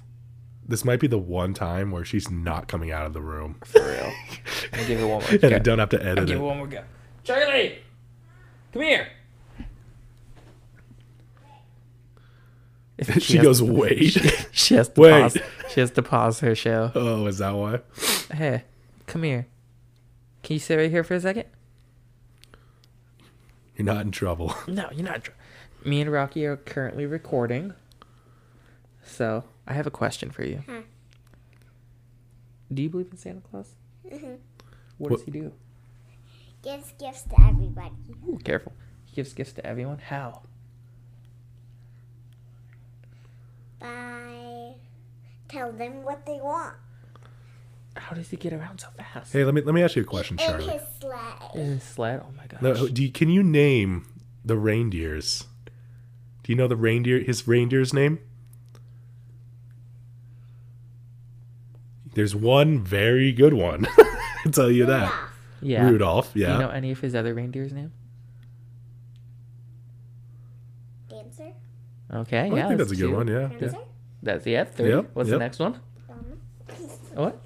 S4: This might be the one time where she's not coming out of the room,
S3: For real. I'm gonna give it one more
S4: and I
S3: go.
S4: don't have to edit
S3: Give
S4: it.
S3: it one more go. Charlie! Come here!
S4: She
S3: has
S4: goes,
S3: to-
S4: "Wait."
S3: She, she has to
S4: Wait.
S3: pause. She has to pause her show.
S4: Oh, is that why?
S3: Hey, come here. Can you sit right here for a second?
S4: You're not in trouble.
S3: No, you're not. dr- Me and Rocky are currently recording. So I have a question for you. Do you believe in Santa Claus? What does
S4: What-
S3: he do?
S7: Gives gifts to everybody.
S3: Ooh, careful. He gives gifts to everyone. How?
S7: By tell them what they want.
S3: How does he get around so fast?
S4: Hey, let me let me ask you a question,
S7: In
S4: Charlie.
S7: his sleigh.
S3: In his sled. Oh my gosh.
S4: No, do you, can you name the reindeers? Do you know the reindeer? His reindeer's name? There's one very good one. I'll tell you that.
S3: yeah.
S4: Rudolph.
S3: Do
S4: Yeah.
S3: you know any of his other reindeer's name?
S7: Dancer?
S3: Okay.
S4: Oh, I
S3: yeah.
S4: think that's a good
S3: cute.
S4: one. Yeah.
S7: Dancer?
S3: That's yeah. Three.
S4: Yep,
S3: What's
S4: yep.
S3: the next one?
S7: Donna?
S3: What?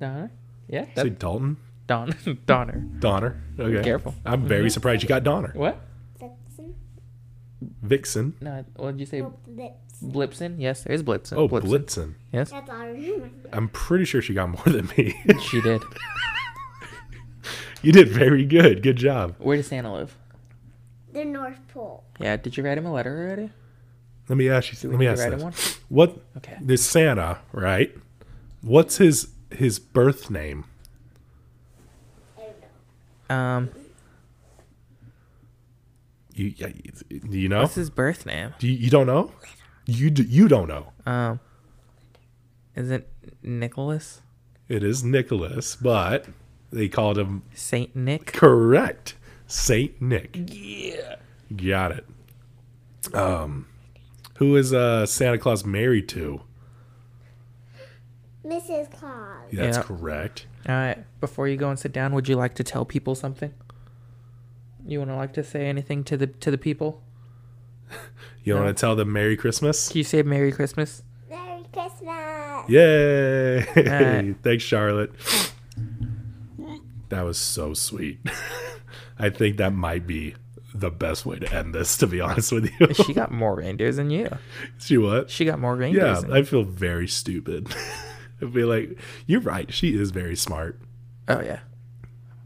S3: Donner. Yeah.
S4: Say
S3: That's
S4: Dalton.
S3: Don Donner.
S4: Donner. Okay.
S3: Careful.
S4: I'm very surprised you got Donner.
S3: What?
S7: Vixen?
S4: Vixen.
S3: No. What did you say?
S7: Oh, lips.
S3: Blipson. Yes, there is Blipson.
S4: Oh, Blitzen.
S3: Yes,
S7: That's all I remember.
S4: I'm pretty sure she got more than me.
S3: she did.
S4: you did very good. Good job.
S3: Where does Santa live?
S7: The North Pole.
S3: Yeah. Did you write him a letter already?
S4: Let me ask you.
S3: we
S4: Let me
S3: need to
S4: ask
S3: write him
S4: this.
S3: one?
S4: What?
S3: Okay.
S4: There's Santa, right? What's his his birth name?
S7: I don't know.
S3: Um.
S4: You yeah, you- do you know?
S3: What's his birth name?
S4: Do you, you don't know? You do, you don't know.
S3: Um. Is it Nicholas?
S4: It is Nicholas, but they called him
S3: Saint Nick.
S4: correct Saint Nick. Yeah. Got it. Um, who is uh Santa Claus married to?
S7: Mrs. Claus.
S4: That's
S3: Yeah.
S4: correct.
S3: All right. Uh, Before you go and sit down, would you like to tell people something? You want to like to say anything to the to the people?
S4: You want to tell them Merry Christmas?
S3: Can you say Merry Christmas?
S7: Merry Christmas.
S4: Yay!
S3: right.
S4: Thanks, Charlotte. That was so sweet. I think that might be the best way to end this. To be honest with you,
S3: She got more reindeers than you.
S4: she what?
S3: She got more reindeers.
S4: Yeah,
S3: Than
S4: I feel very stupid. I'd be like, you're right. She is very smart.
S3: Oh yeah.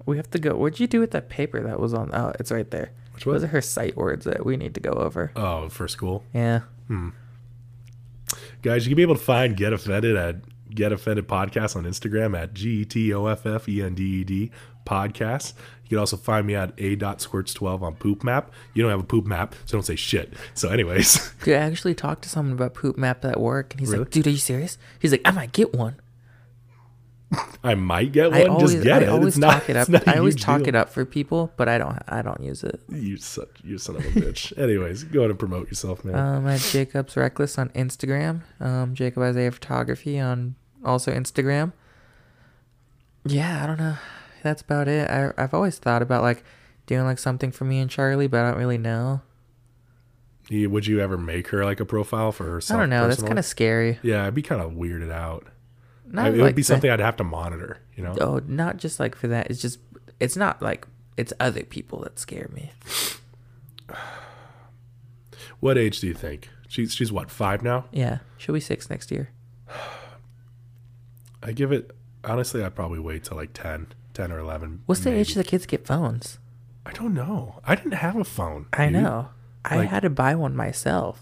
S3: We have to go. What'd you do with that paper that was on? Oh, it's right there.
S4: Which
S3: Those
S4: was
S3: are her sight words that we need to go over.
S4: Oh, for school.
S3: Yeah.
S4: Guys, you can be able to find Get Offended at Get Offended Podcast on Instagram at G E T O F F E N D E D podcast. You can also find me at a.squirts12 on Poop Map. You don't have a Poop Map, so don't say shit. So, anyways,
S3: Dude, I actually talked to someone about poop map at work, and he's
S4: Really?
S3: like, "Dude, are you serious?" He's like, "I might get one."
S4: I might get
S3: I
S4: one.
S3: always,
S4: Just get
S3: I
S4: it.
S3: always
S4: it's not,
S3: talk it
S4: it's
S3: up.
S4: not a
S3: I always
S4: huge
S3: talk
S4: deal.
S3: it up for people, but I don't. I don't use it.
S4: You, son, you son of a bitch. anyways, go ahead and promote yourself, man.
S3: Um, at Jacob's Reckless on Instagram. Um, Jacob Isaiah Photography on also Instagram. Yeah, I don't know. That's about it. I, I've always thought about like doing like something for me and Charlie, but I don't really know.
S4: You- Would you ever make her like a profile for herself?
S3: I don't know. That's
S4: personally?
S3: kind of scary.
S4: Yeah, it'd be kind of weirded out.
S3: Not
S4: it
S3: like
S4: would be
S3: the-
S4: something I'd have to monitor, you know?
S3: Oh, not just like for that. It's just it's not like it's other people that scare me.
S4: What age do you think? She's she's what, 5 now?
S3: Yeah, she'll be six next year.
S4: I give it honestly, I'd probably wait till like 10, 10 or 11.
S3: What's the age
S4: maybe.
S3: the kids get phones?
S4: I don't know. I didn't have a phone.
S3: I
S4: dude.
S3: know. I
S4: Like-
S3: had to buy one myself.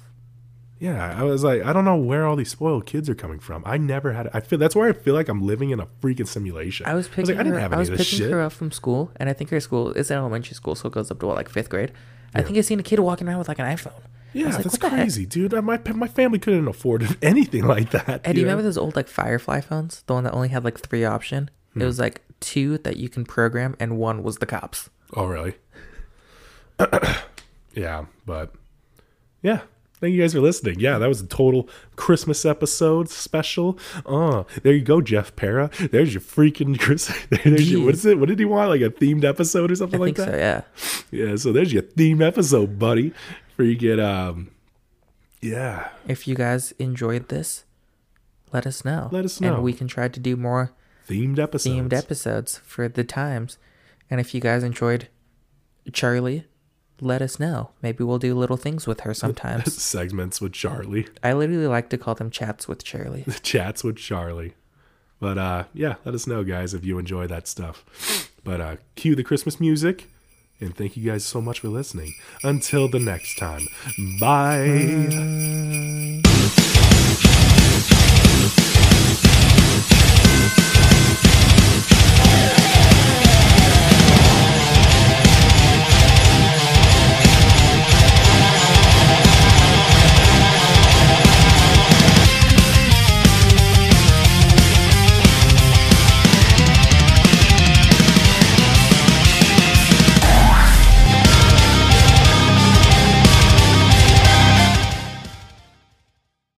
S4: Yeah, I was like, I don't know where all these spoiled kids are coming from. I never had. I feel that's where I feel like I'm living in a freaking simulation.
S3: I was
S4: I was
S3: picking
S4: like, I didn't
S3: her.
S4: have
S3: I
S4: any
S3: was
S4: of this
S3: picking
S4: shit.
S3: her up from school, and I think her school is elementary school, so it goes up to what, like fifth grade. I think I seen a kid walking around with like an iPhone.
S4: Yeah,
S3: like,
S4: that's
S3: what the heck?
S4: crazy, dude. My my family couldn't afford anything like that.
S3: And do you
S4: know?
S3: remember those old like Firefly phones? The one that only had like three option.
S4: Hmm.
S3: It was like two that you can program, and one was the cops.
S4: Oh, really? yeah, but yeah. Thank you guys for listening. Yeah, that was a total Christmas episode special. Uh, there you go, Jeff Para. There's your freaking Chris. There's your, what is it? What did he want? Like a themed episode or something
S3: I
S4: like
S3: think
S4: that?
S3: so. Yeah.
S4: Yeah. So there's your themed episode, buddy. Freaking um, yeah.
S3: If you guys enjoyed this, let us know.
S4: Let us know.
S3: and we can try to do more
S4: Themed episodes.
S3: themed episodes for the times. And if you guys enjoyed Charlie let us know. Maybe we'll do little things with her sometimes.
S4: segments with Charlie,
S3: I literally like to call them chats with Shirley.
S4: chats with Charlie. But uh, yeah, let us know, guys, if you enjoy that stuff. But uh, cue the Christmas music. And thank you guys so much for listening. Until the next time, bye.